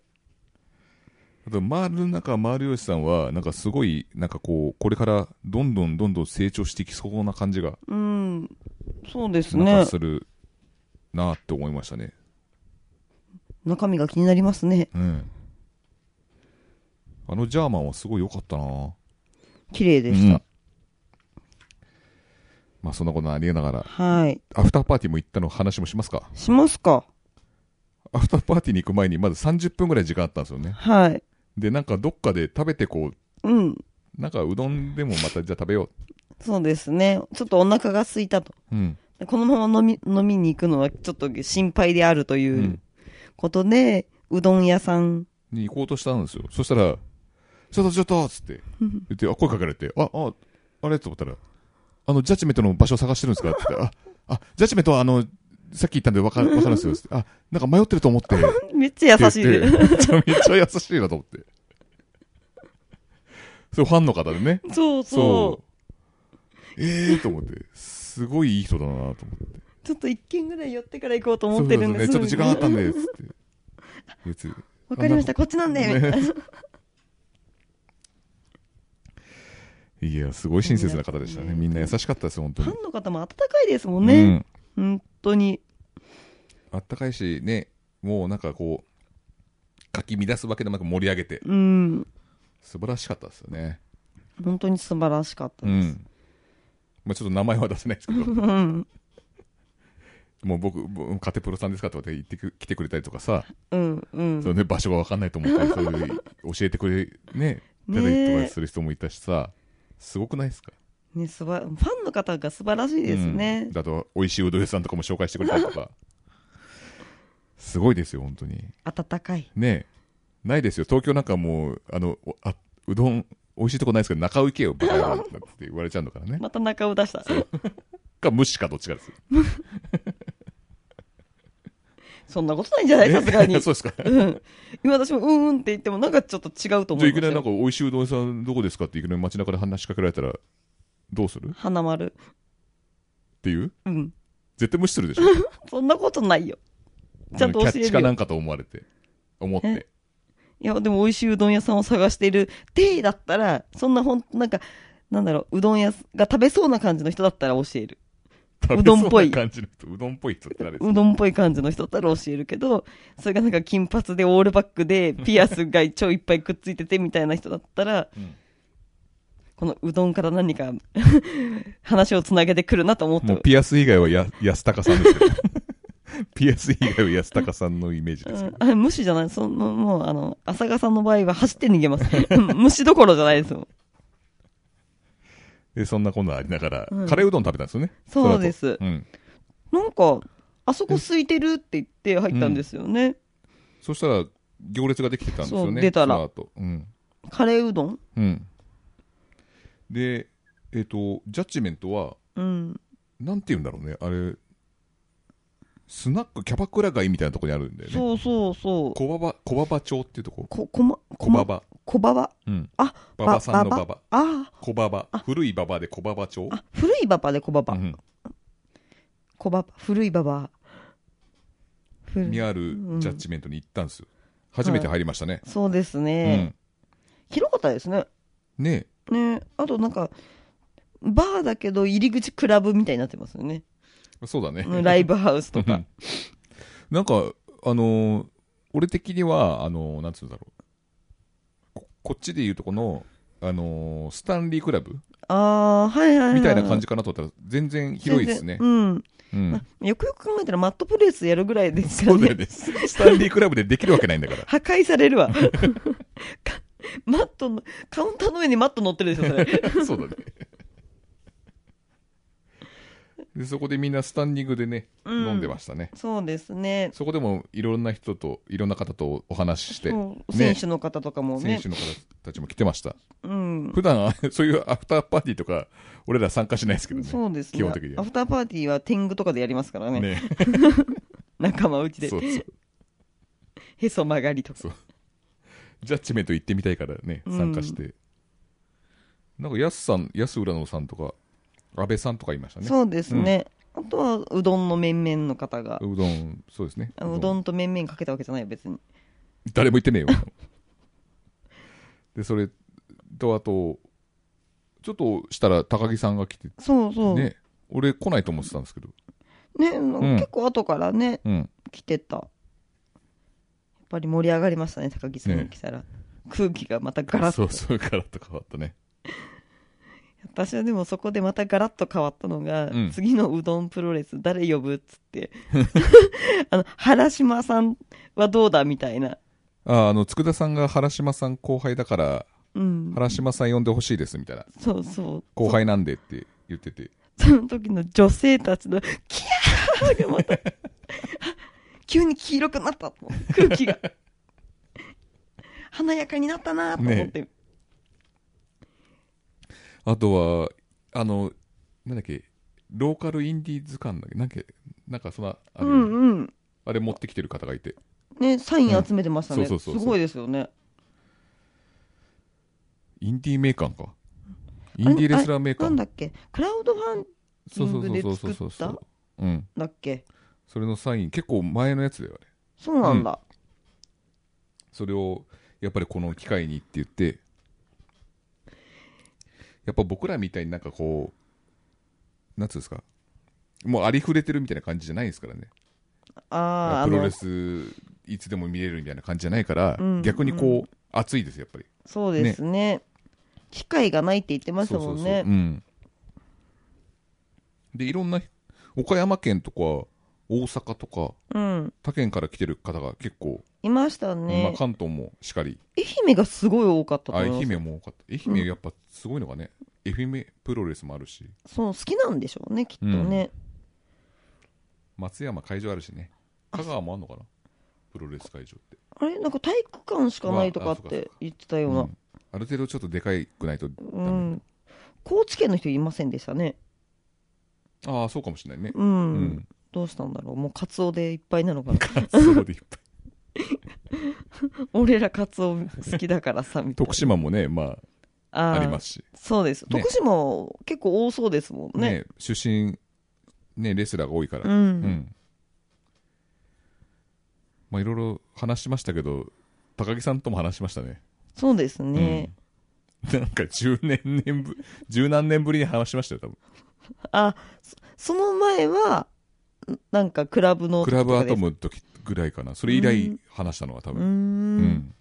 あと、周りの中、周り吉さんは、なんかすごい、なんかこう、これからどんどんどんどん成長していきそうな感じが、うんそうですなんねかするなって思いましたね。中身が気になりますねうん。あのジャーマンはすごい良かったな綺麗でした、まあ、そんなことありえながら、はいアフターパーティーも行ったの話もしますか。しますかアフターパーティーに行く前に、まず30分ぐらい時間あったんですよね。はいで、なんかどっかで食べてこう、うんなんかうどんでもまたじゃあ食べよそうですねちょっとお腹が空いたとう。うん。。このまま飲み飲みに行くのはちょっと心配であるといううんことで、うどん屋さんに行こうとしたんですよ。そしたら、ちょっとちょっとっつって、言って、あ、声かけられて、あ、あ、あれと思ったら、あの、ジャッジメントの場所を探してるんですかって言って、あ、あ、ジャッジメントはあの、さっき言ったんでわかわかるんですよ。つってあ、なんか迷ってると思って。めっちゃ 優しいってで言ってめちゃめちゃ優しいなと思って。そう、ファンの方でね。そうそうそう。ええー、と思って、すごいいい人だなと思って。ちょっと一軒ぐらい寄ってから行こうと思ってるんですそうそうそうね、ちょっと時間あったんで、つって。言ってわかりましたこっちなんで、みたいないや、すごい親切な方でしたね。みんな優しかったです、本当フに。ァンの方も温かいですもんね、本当うにん。あったかいし、ね、もうなんかこう、かき乱すわけでもなく盛り上げて、うん素晴らしかったですよね。本当に素晴らしかったうです、ん。まあちょっと名前は出せないですけど、うんもう僕、僕カテプロさんですかとかって言ってく来てくれたりとかさ、うんうんそうね、場所がわかんないと 思って、そういう教えてくれ、ね、たりとかする人もいたしさ、すごくないですかねすばファンの方が素晴らしいですね、うんだと、美味しいうどん屋さんとかも紹介してくれたりとか。すごいですよ、本当に。温かいねえ。ないですよ。東京なんかもう、あの、おあうどん、美味しいとこないですけど、中尾行けよ、バカ野郎って言われちゃうんだからね。また中を出したそか、無視かどっちかですよ。んなことないんじゃないさすが にそうですか。じゃうん今私もうんうんって言ってもなんかちょっと違うとあ、思いいまきすなりなんか、よ美味しいうどん屋さんどこですかって、いきなり街中で話しかけられたら、どうするっ花丸ていううん絶対無視するでしょ。そんなことないよちゃんとキ教ャえッチるかなよんかと思われて。思って。いやでも美味しいうどん屋さんを探している手だったらそんなほんなんかなんだろううどん屋が食べそうな感じの人だったら教えるうどんっぽい食べそうな感じの人、うどんっぽい人って誰ですうどんっぽい感じの人だったら教えるけどそれがなんか金髪でオールバックでピアスが一応いっぱいくっついててみたいな人だったら、うんこのうどんから何か 話をつなげてくるなと思ってもうピアス以外はや安高さん ですけどピアス以外は安高さんのイメージですけど、うんあ 無視じゃないそのもうあの浅賀さんの場合は走って逃げます 無視どころじゃないですよでそんなことありながら、うんカレーうどん食べたんですよねそうですその後うん、なんかあそこ空いてるって言って入ったんですよね、そしたら行列ができてたんですよねそう出たらその後うん、カレーうどんうん、でえっ、とジャッジメントはうんなんて言うんだろうねあれスナックキャバクラ街みたいなとこにあるんだよねそうそうそう小馬場小馬場町っていうとこここま小馬場こばばうんあ馬場さんのば馬場あ小馬場古い馬場で小馬場町あ古いばばでこばばうんこばば古いばば古いにあるジャッジメントに行ったんですよ。初めて入りましたね。そうですうね、ん。広かったですねねねあとなんかバーだけど入り口クラブみたいになってます よねえそうだね。うんライブハウスとうかんなんか、あのー俺的には、あのーなんつうんだろう。ここっちでいうとこの、あのースタンリークラブああはいはいはみたいな感じじかなと思ったら、全然広いですねう。ん、うん。まよくよく考えたらマットプレイスやるぐらいですそからうねだよね。スタンリークラブでできるわけないんだから。破壊さ れるわかマットのカウンターの上にマット乗ってるでしょそ れそうだね。でそこでみんなスタンディングでね、うん飲んでましたね。そうですねそこでもいろんな人といろんな方とお話しして、そうね選手の方とかもね選手の方たちも来てました。うん普段あ そういうアフターパーティーとか、俺ら参加しないですけどね。そうですね基本的にアはフターパーティーは天狗とかでやりますからねね。仲間内でそうそう。へそ曲がりとかそうジャッジメント行ってみたいからね、参加して。なんか、やすさん、安浦野さんとか、安倍さんとかいましたね。そうですね。あとは、うどんの面々の方が。うどん、そうですね。あのうどんと面々かけたわけじゃないよ、別に。誰も言ってねえよ。で、それと、あと、ちょっとしたら高木さんが来て、そうそう。ね、ね、俺来ないと思ってたんですけど、ん結構後からね、うん。来てた。やっぱり盛り上がりましたね、高木さんが来たら。空気がまたガラッそとう。そう、ガラッと変わったね。私はでもそこでまたガラッと変わったのが、うん次のうどんプロレス誰呼ぶっつって あの原島さんはどうだみたいな、ああの、佃さんが原島さん後輩だから、うん、原島さん呼んでほしいですみたいな、そうそう後輩なんでって言ってて、その時の女性たちのキャーがまた 急に黄色くなった空 気が華やかになったなと思って、あとは、あの、なんだっけ、ローカルインディーズ館だっけ、なんか、なんかそんな、あうれ,、んうんあれ持ってきてる方がいて、ねサイン集めてましたね、うんそうそうそうそうすごいですよねインディーメーカーか。インディーレスラーメーカあー。れなんだっけクラウドファンそうそうそうそうそうキングで作っそう。うん。だっけそれのサイン、結構前のやつだよ、あれ。そうなんだ、それを、やっぱりこの機会にって言って、やっぱ僕らみたいになんかこう、なんつうんですか、もうありふれてるみたいな感じじゃないですからね。あああプロのレス、いつでも見れるみたいな感じじゃないから、うん逆にこう、熱いです、やっぱり。そうですね機会がないって言ってましたもんねうん。で、いろんな、岡山県とか、大阪とか、うん他県から来てる方が結構、いましたまあね、関東もしかり、愛媛がすごい多かったとあ思い愛ます媛も多かった。愛媛やっぱすごいのがね、愛媛プロレスもあるし、その好きなんでしょうねきっとね、松山会場あるしね、香川もあんのかな、プロレス会場って。あれなんか体育館しかないとかうっわあそうかて言ってたようう、なんある程度ちょっとでかいくないとダうん、メ。高知県の人いませんでしたねああ、そうかもしれないね。うん、うんどうしたんだろうもうカツオでいっぱいなの かなそうでいっぱい。俺らカツオ好きだからさみたいな徳島もね、まああ、あーりますし。そうですね徳島は結構多そうですもんねね、出身、ね、レスラーが多いから。う、うんんまあいろいろ話しましたけど、高木さんとも話しましたね。そうですね、うん、なんか10年年ぶ、十何年ぶりに話しましたよ、多分。あそその前はんなんかクラブのクラブアトとかですムの時ぐらいかな。それ以来話したのは多うー分。うん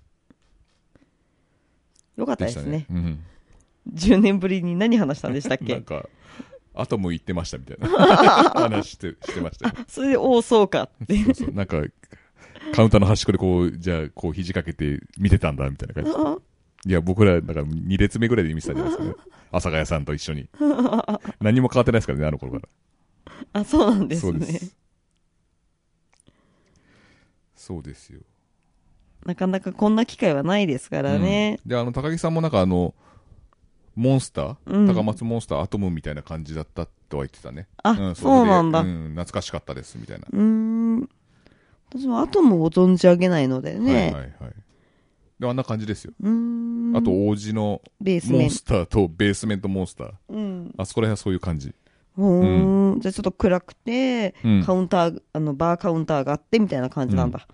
よかっでたでしたすねね。うん。 10年ぶりに何話したんでしたっな けんか、アトム行ってましたみたいな 話してしてましたよ。それで、おお、そうか って。そうそうなんか、カウンターの端っこでこう、じゃあこう肘掛けて見てたんだみたいな感じ。いや、僕ら、だから2列目ぐらいで見てたんじゃないですかね。阿佐ヶ谷さんと一緒に。何も変わってないですからね、あの頃から。あ、そうなんですそうね。です。そうですよ。なかなかこんな機会はないですからね。うんで、あの、高木さんもなんかあの、モンスター、うん高松モンスターアトムみたいな感じだったとは言ってたね。あそうなんだれでうん、懐かしかったです、みたいな。うーん。私もアトムを存じ上げないのでね。はいはいはい。で、あんな感じですよ。うーん。あと、王子のベースモメンン。スターとベースメントモンスター。うん。あそこら辺はそういう感じ。ほーん。じゃあちょっと暗くて、うんカウンター、あの、バーカウンターがあってみたいな感じなんだ。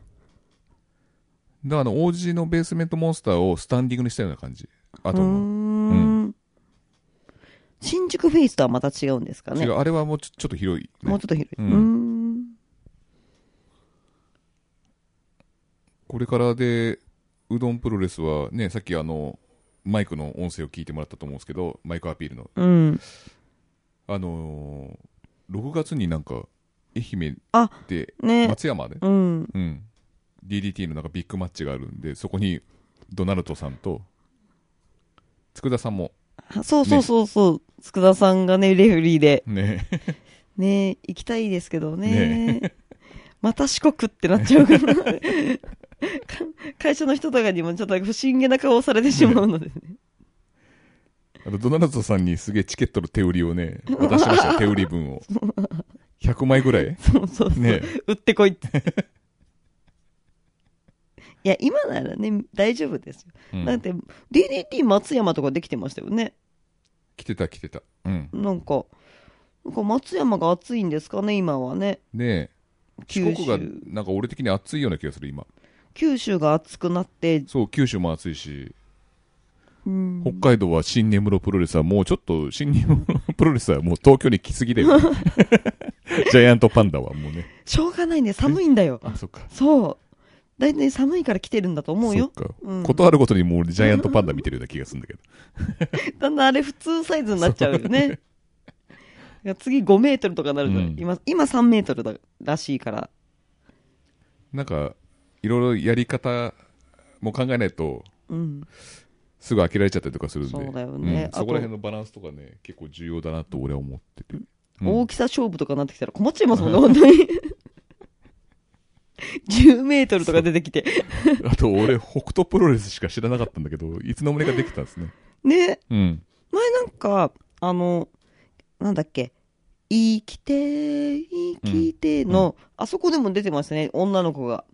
だから、王子のベースメントモンスターをスタンディングにしたような感じ。アうトームは。ん。新宿フェイスとはまた違うんですかね。違う、あれはもうちょちょっと広い、ねもうちょっと広い。ううんーん。これからで、うどんプロレスはね、さっきあの、マイクの音声を聞いてもらったと思うんですけど、マイクアピールの。うん。あのー、6月になんか、愛媛あ、で、ね。松山で、うん。うん。DDT のなんかビッグマッチがあるんで、そこに、ドナルドさんと、佃さんも、あそうそうそうそう。佃さんがね、レフェリーで。ね、 ね行きたいですけどね。 また四国ってなっちゃうから。か会社の人とかにもちょっと不審げな顔をされてしまうのでね。あとドナルドさんにすげえチケットの手売りをね、渡してましたよ、手売り分を。100枚ぐらい そうそうそう。ね売ってこいって。 いや、今ならね、大丈夫ですよ。うんだって、DDT 松山とかできてましたよね。来てた来てた。うん。なんか、なんか松山が暑いんですかね、今はね。で、九四州国がなんか俺的に暑いような気がする、今。九州が暑くなって、そう、九州も暑いし、うん、北海道は新根室プロレスはもうちょっと、新根室プロレスはもう東京に来すぎだ よ、ね。ジャイアントパンダはもうね。しょうがないね、寒いんだよ。あ、そっか。そう。大体寒いから来てるんだと思うよ。そっか。うん断るごとにもうジャイアントパンダ見てるような気がするんだけど。だんだんあれ普通サイズになっちゃうよね。だから次5メートルとかなるじゃない、うん今、今3メートルだらしいから。なんか、いろいろやり方も考えないと、うん。すぐ飽きられちゃったりとかするんで。そうだよねうんあとそこら辺のバランスとかね、結構重要だなと俺は思ってて。 うん大きさ勝負とかなってきたら困っちゃいますも んね、本当に。10メートルとか出てきて。あと俺、北斗プロレスしか知らなかったんだけど、いつの間にかできたんですね。ね、うん。前なんか、あの、なんだっけ、生きて、生きての、あそこでも出てましたね、女の子が。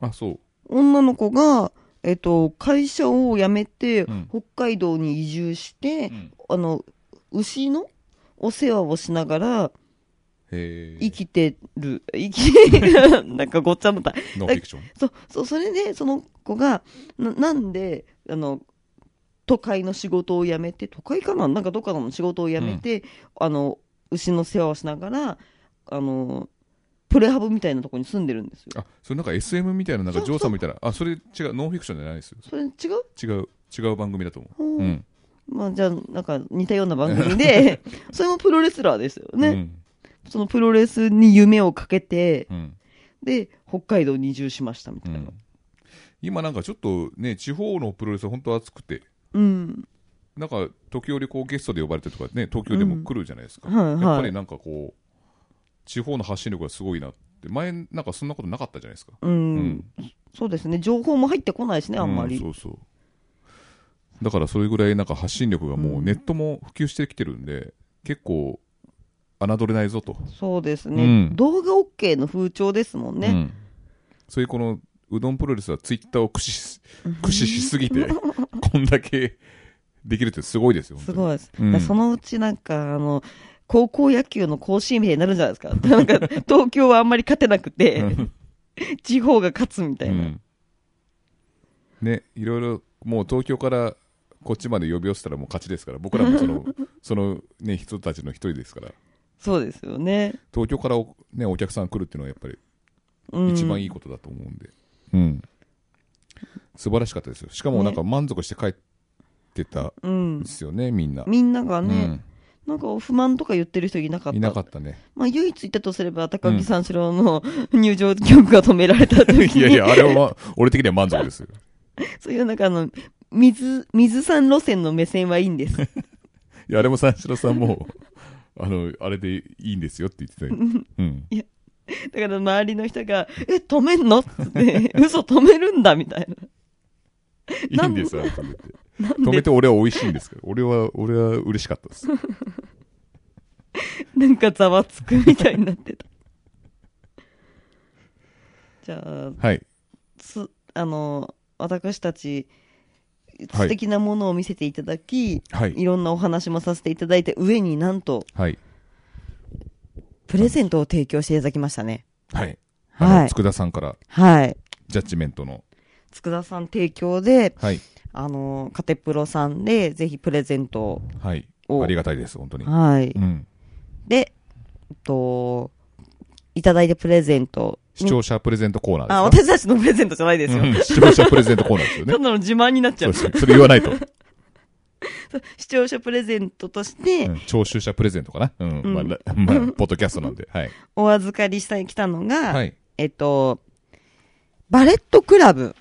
あ、そう。女の子が、えっと、会社を辞めて、うん北海道に移住して、うんあの、牛のお世話をしながらへ生きてる、生きてる、 なんかごっちゃまた。ー。ノンフィクション。そう、そう、それで、その子が、ななんで、あの、都会の仕事を辞めて、都会かななんかどっかの仕事を辞めて、あの、牛の世話をしながら、あの、プレハブみたいなとこに住んでるんですよ。あ、それなんか SM みたいな、なんかジョーさんみたいな。あ、それ違う、ノンフィクションじゃないですよ。それ違う違う、違う番組だと思う。ほううん。まあ、じゃあ、なんか似たような番組 で、それもプロレスラーですよね。うん。そのプロレスに夢をかけて、うん。で、北海道に移住しましたみたういな。ん。今なんかちょっとね、地方のプロレスは本当熱くて、うん。なんか時折こうゲストで呼ばれてとかね、東京でも来るじゃないですか。うんはいはいやっぱりなんかこう、地方の発信力がすごいなって、前なんかそんなことなかったじゃないですか。うん。うんそうですね。情報も入ってこないしね、あんまり。うそうそうだからそれぐらいなんか発信力がもうネットも普及してきてるんで、結構侮れないぞと、そうですね。うん動画 OK の風潮ですもんうね。んそういうこのうどんプロレスはツイッターを駆使し駆使しすぎ てこんだけできるってすごいですよすごいです。うんだからそのうちなんか、あの、高校野球の甲子園みたいになるんじゃないですか。 なんか、東京はあんまり勝てなくて、地方が勝つみたういな。ん、ねいろいろもう東京からこっちまで呼び寄せたらもう勝ちですから僕らもそ のその、ね、人たちの一人ですからそうですよね。東京からお,、ね、お客さん来るっていうのはやっぱりうん。一番いいことだと思うんで、うん、素晴らしかったですよ、しかもなんか満足して帰ってたんうんで。すよね、みんな。みんながうね、んなんか不満とか言ってる人いなかった。いなかったね。まあ唯一いたとすれば、高木三四郎の 入場曲が止められた時に、いやいや、あれは、俺的には満足ですよ。そういうなんかあの、水、水さん路線の目線はいいんです。いや、あれも三四郎さんも、あの、あれでいいんですよって言ってたよ。うん。だから周りの人が、え、止めんのって言って、嘘止めるんだみたいいいんですよ、止めて。止めて俺は美味しいんですから。俺は、俺は嬉しかったです。 な。なんかざわつくみたいになってた。じゃあ、はい。す、あの、私たち、はい素敵なものを見せていただき、はいいろんなお話もさせていただいて、上になんと、はい。プレゼントを提供していただきましたね。はい。はいあの、佃さんから、はい。ジャッジメントの。佃さん提供で、はい。あの、カテプロさんで、ぜひプレゼントを。はい。おありがたいです、本当に。はい。うん。で、えっと、いただいたプレゼント。視聴者プレゼントコーナーですかあ、私たちのプレゼントじゃないですよ。うん視聴者プレゼントコーナーですよねただ。の自慢になっ ちゃそうう。ですそれ言わないと。視聴者プレゼントとして、うん聴取者プレゼントかな。うん。まあら、まあ、ポッドキャストなんで。はい。お預かりしたい、来たのが、はい。えっと、バレットクラブ、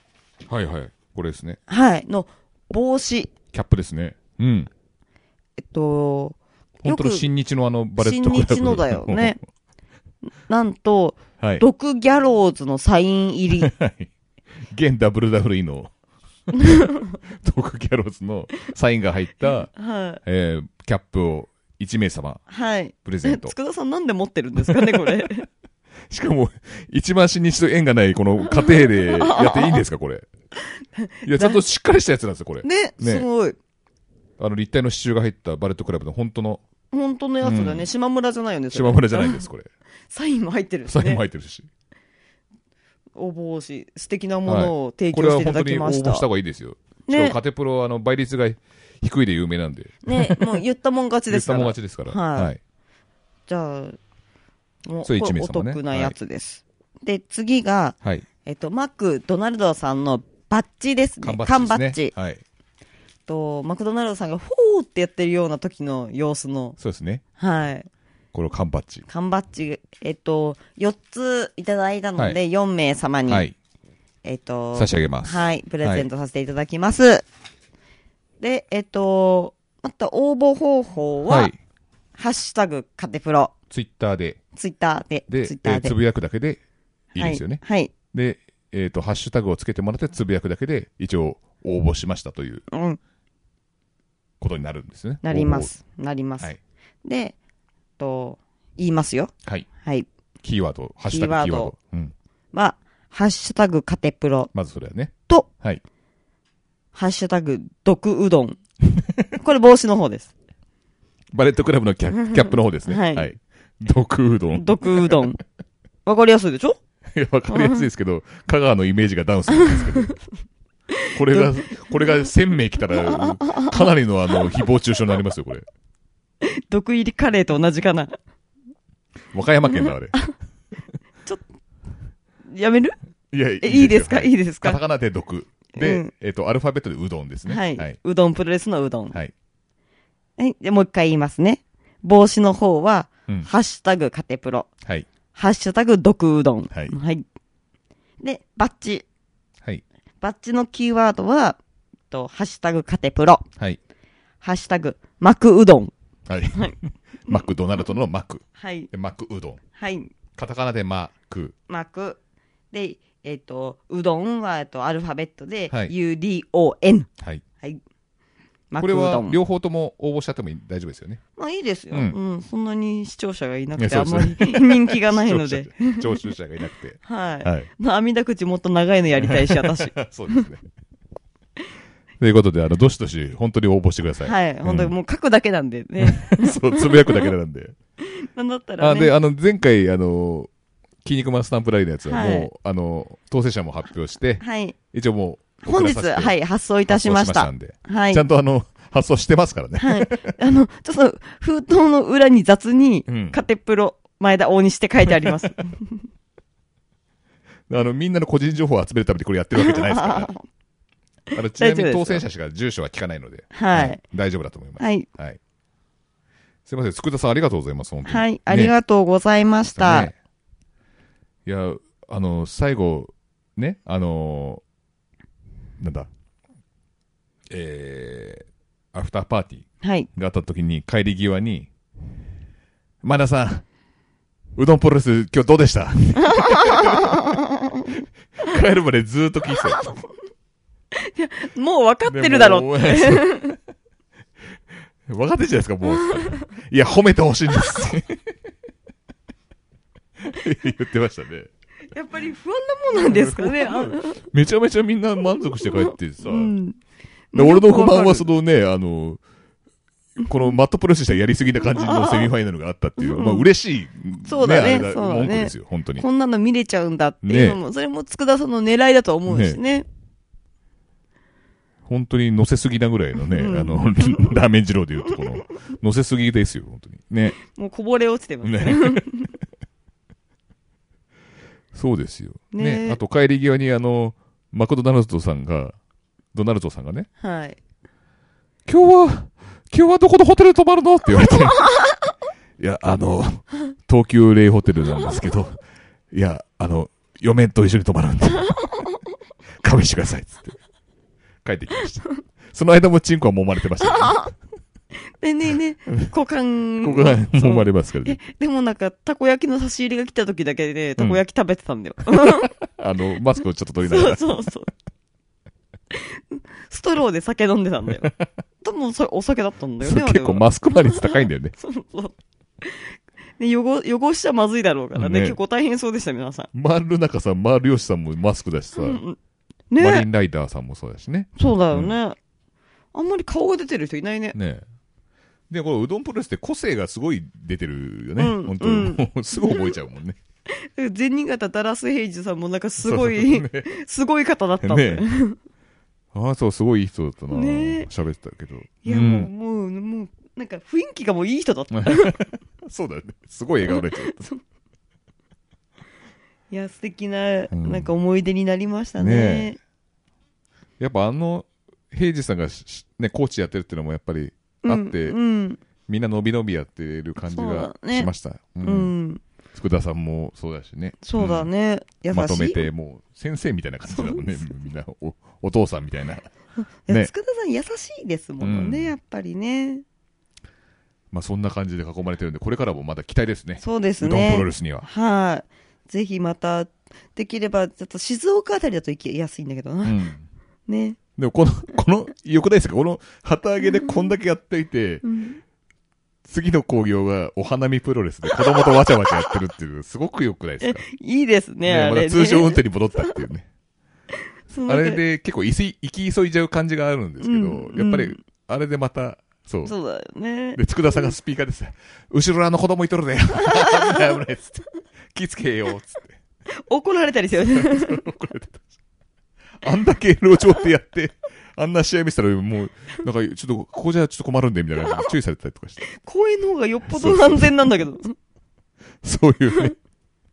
はいはい。これですね。はい、の帽子。キャップですね。うん。えっと、本当の新日のあの、バレットクラブ新日の だよね。なんと、はい。ドクギャローズのサイン 入り。 はい現 WWE の、トークキャローズのサインが入った、はい。えーキャップを1名様はい。プレゼえ、 ントつ。くださんなんで持ってるんですかね、これ。しかも、一番新日と縁がないこの家庭 でやっていいんですか、これ。いや、ちゃんとしっかりしたやつなんですよ、これ。ね、ねすごい。あの立体の支柱が入ったバレットクラブの本当の本当のやつだね、うん島村じゃないよ ねそれ島村じゃないです、これ。サインも入ってるんですサインも入ねってるし。お帽子素敵なものを提これは供して本いた当だきに応ま募し,、したた方がいいですよ。しねかもカテプロはあの倍率が低いで有名なんで、ねもう言ったもん勝ち言でっすたからもん勝ちですから。はいはい。じゃあもうそれ一名これ様おね得なやつです、で次が、はい。えっと、マックドナルドさんのバッジですね缶バッチ缶ですバねッジ、はい。とマクドナルドさんがフォーってやってるような時の様子のそうですね。はいこの缶バッジ。缶バッジえっと4ついただいたのはで4名様に、はい。えっと差し上げます。はい、プレゼントさせていただきます。で、えっと、また応募方法は、はい。ハッシュタグカテプロ、ツイッターで、ツイッターで、で、ツイッタえーーつぶやくだけでいいですよね。はい。で、えっと、ハッシュタグをつけてもらってつぶやくだけで、一応応募しましたというはいうん、ことになるんですね。なります。なりま応募。す。はい。で、えっと、言いますよ。はい。はい。キーワード、ハッシュタグキキーーワワーードド。うん。は、ハッシュタグカテプロまずそれはね。と、はい。ハッシュタグ毒う どん。これ帽子の方です。バレットクラブのキャキャップの方ですね。 はいはい。毒うどん。毒うどん。わかりやすいでしょい や、わかりやすいですけど、香川のイメージがダウンするんですけど。 これが、これが1000名来たら、かなりのあの、誹謗中傷になりますよ、これ。毒入りカレーと同じかな。和歌山県だ、あれ。やめるいや、 え、いいですかはいいですカタかカナで毒。で、うんえっ、と、アルファベットでうどんですね。はい、はい。うどんプロレスのうどん。はいはい。で、もう一回言いますね。帽子の方は、うんハッシュタグカテプロ、はい。ハッシュタグ毒うどん。はいで、バッチ。はい。バッチのキーワードは、えっと、ハッシュタグカテプロ、はい。ハッシュタグ幕うどん。はい。 マクドナルドのマク。はい。でマクうどん。はい。カタカナでマク。幕。で、えっ、と、うどんは、えっと、アルファベットで、はい UDON。はい。はい。こ幕うれどはん。両方とも応募しちゃってもいい大丈夫ですよね。まあいいですよ、う。うんんそんなに視聴者がいなくいて、やあんそうまでり 人気がな いので。聴取者がいな くて。はい。はい。な網だ口もっと長いのやりた いし、私。そうですね。ということで、あの、どしどし、本当に応募してください。はい。本当にうんもう書くだけなんでね。 そう、つぶやくだけなん で。なんだったらあ、で、ね。あの、前回、あの、筋肉マンスタンプラリーのやつはもう、はいあの、当選者も発表して、はい。一応もう、、本日、はいい、発送いいたしました。んで、はいちゃ。んとあの、発送してますからね。はい。 あの、ちょっと、封筒の裏に雑にう、んカテプロ、前田大西って書いてあ ります。あの、みんなの個人情報を集めるためにこれやってるわけじゃないです から、ね。あの、ちなみに大丈夫ですよ当選者しか住所は聞かないので、はいうん大丈夫だと思います。はい。はい。すいません、佃田さんありがとうございます、本当に。はいね。ありがとうございました。ねいや、あの、最後、ね、あのなんだ、えー、アフターパーティはい。ーがあった時に帰り際に、前田さん、うどんプロレス今日どうでした 帰るまでずーっと聞いてたよ。もう分かってるだろう。う。分かってるじゃないですか、もう。いや、褒めてほしいんです。 言ってましたね。やっぱり不安なもんなんですかね。 あのめちゃめちゃみんな満足して帰ってさ、うん。で俺の不満はそよのね、あの、このマットプロレスしたやりすぎな感じのセミファイナルがあったっていう、まあ嬉しい、そうだねあれそうがだね文句ですよ、本当くわに。かるこんなの見れちゃうんだっていうのも、それも佃さんの狙いだと思うしね。本当に乗せすぎなぐらいのね、うんあの、 ラーメン二郎でいうとこの、乗せすぎですよ、本当に。ね。もうこぼれ落ちてます ね。ね。そうですよ。ねね。あと帰り際にあの、マクドナルドさんが、ドナルドさんがね、はい。今日は、今日はどこのホテル泊まるのって言われ て。いや、あの、東急レイホテルなんですけど、いや、あの、嫁と一緒に泊まる んで、勘弁してください、つって。帰ってきました。その間もチンコは揉まれてましたけど、でね えねえ、股間。ここが揉まれますからえね。、でもなんか、たこ焼きの差し入れが来た時だけで、たこ焼き食べてたんだよ。あの、マスクをちょっと取りながそうら。 そうそう。ストローで酒飲んでた んだよ。でも、それお酒だったんだよ そね、うあれ結は構マスクマ率高いんだよね。そうそう。ね、汚、汚しちゃまずいだろうからねね。結構大変そうでした、皆さマルナカさん、マルヨシさんもマスクだしさ、ん。マリねンライダーさんもそうだしね。そうだよね。あんまり顔が出てる人いないね。ねえで、これ、うどんプロレスって個性がすごい出てるよね。うん本当に。もうすぐ覚えちゃうもんね。前人型ダラス・ヘイジさんもなんか すごそう い、そう すごい方だったもんねえ。ああ、そう、すごいいい人だったな。ねえ喋ってたけど。いや、うんもう、もう、もう、なんか雰囲気がもういい人だった。い そうだよね。すごい笑顔で。や、素敵な、んなんか思い出になりましたねね。やっぱあの、平治さんがししね、コーチやってるっていうのもやっぱりあって、うん、みんな伸び伸びやってる感じそうがだねしました。う。うん、うんん。福田さんもそうだしね。そうだんね。優しい。まとめて、もう、先生みたいな感じだもんね。みんな、お、お父さんみたいな。いやね塚田さん優しいですものね、うんやっぱりね。まあ、そんな感じで囲まれてるんで、これからもまだ期待ですね。そうですうどんプロレね。スには。はい。ぜひまた、できれば、ちょっと静岡あたりだと行きやすいんだけどうな。ん。ね。でもこの、この、よくないですかこの旗揚げでこんだけやっていて、次の興行がお花見プロレスで子供とわちゃわちゃやってるっていう、すごくよくないですかいいですね、あまれ、だね。通常運転に戻ったっていうね。そうあなんかれで結構いき、行き急いじゃう感じがあるんですけど、うんやっぱうり、あれでまた、そう。そうだよね。で、佃さんがスピーカーでさ、後ろあの子供いとるで、 危ない危ないっつって、気つけようっつって。怒られたりするよ ね。 怒られてたしあんだけ路上でやって、あんな試合見せたら、もう、なんか、ちょっと、ここじゃちょっと困るんで、みたいな感じで注意されてたりとかして。公園の方がよっぽど安全なんだけど。そういうね、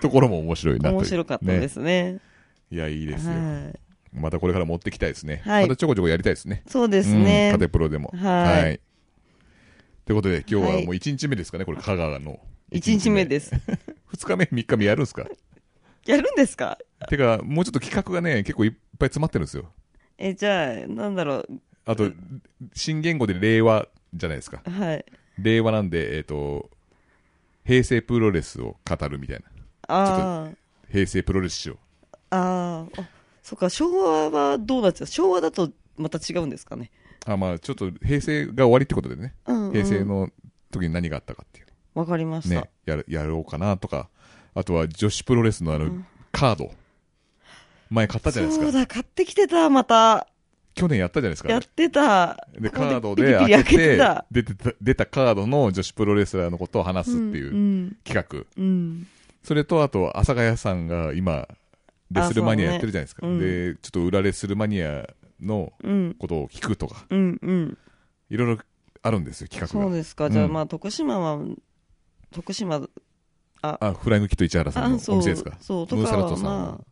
ところも面白いなという面白かったでね。すね。いや、いいですよ。はい。またこれから持ってきたいですね。はいまたちょこちょこやりたいですね。そうですねうん。。カテプロでも。はいということで、今日ははいもう1日目ですかね、これ、香川の。一日 目です。 2日目、3日目やるんですかやるんですかてか、もうちょっと企画がね、結構いっぱい詰まってるんですよ。え、じゃあ、なんだろあと、新言語で令和じゃないですか。う。はい。令和なんで、えっ、と、平成プロレスを語るみたいな。あ平成プロレス史を。あ。ああ。あそっか、昭和はどうなっちゃう昭和だとまた違うんですかね。あ、まあちょっと平成が終わりってことでね。うん、うん。平成。の時に何があったかっていうわかりましね。た。ねやるやろうかなとか。あとは女子プロレスのあの、カード。前買ったじゃないですそうか。だ、買ってきてた、また。去年やったじゃないですかやっ。てた。で、ここカードピでリピ開リ開けけててた、。。出てた、出たカードの女子プロレスラーのことを話すっていううん企画。うん。それと、あと、阿佐ヶ谷さんが今、レスルマニアやってるじゃないですか。あそうだねで、ちょっと裏レスルマニアのうん。ことを聞くとか、うん。うん。いろいろあるんですよ、企そ画うが。ですか。じゃあ、うんまあ、徳島は、徳島、あ、フライ抜きと市原さんのあそうお店ですか。そうムーサラトとかはさ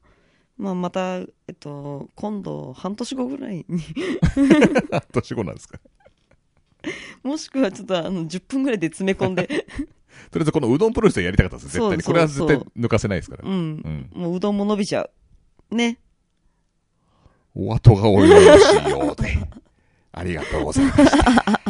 まあ、また、えっと、今度、半年後ぐらいに、んの。 年後なんですか。もしくはちょっと、あの、10分ぐらいで詰め込んで、とりあえず、このうどんプロレスはやりたかったです、絶対に。そこうれそはうそ絶う対抜かせないですから う。ん。うん。もう、うどんも伸びちゃう。ね。 お後がおよろしいようで。ありがとうございました。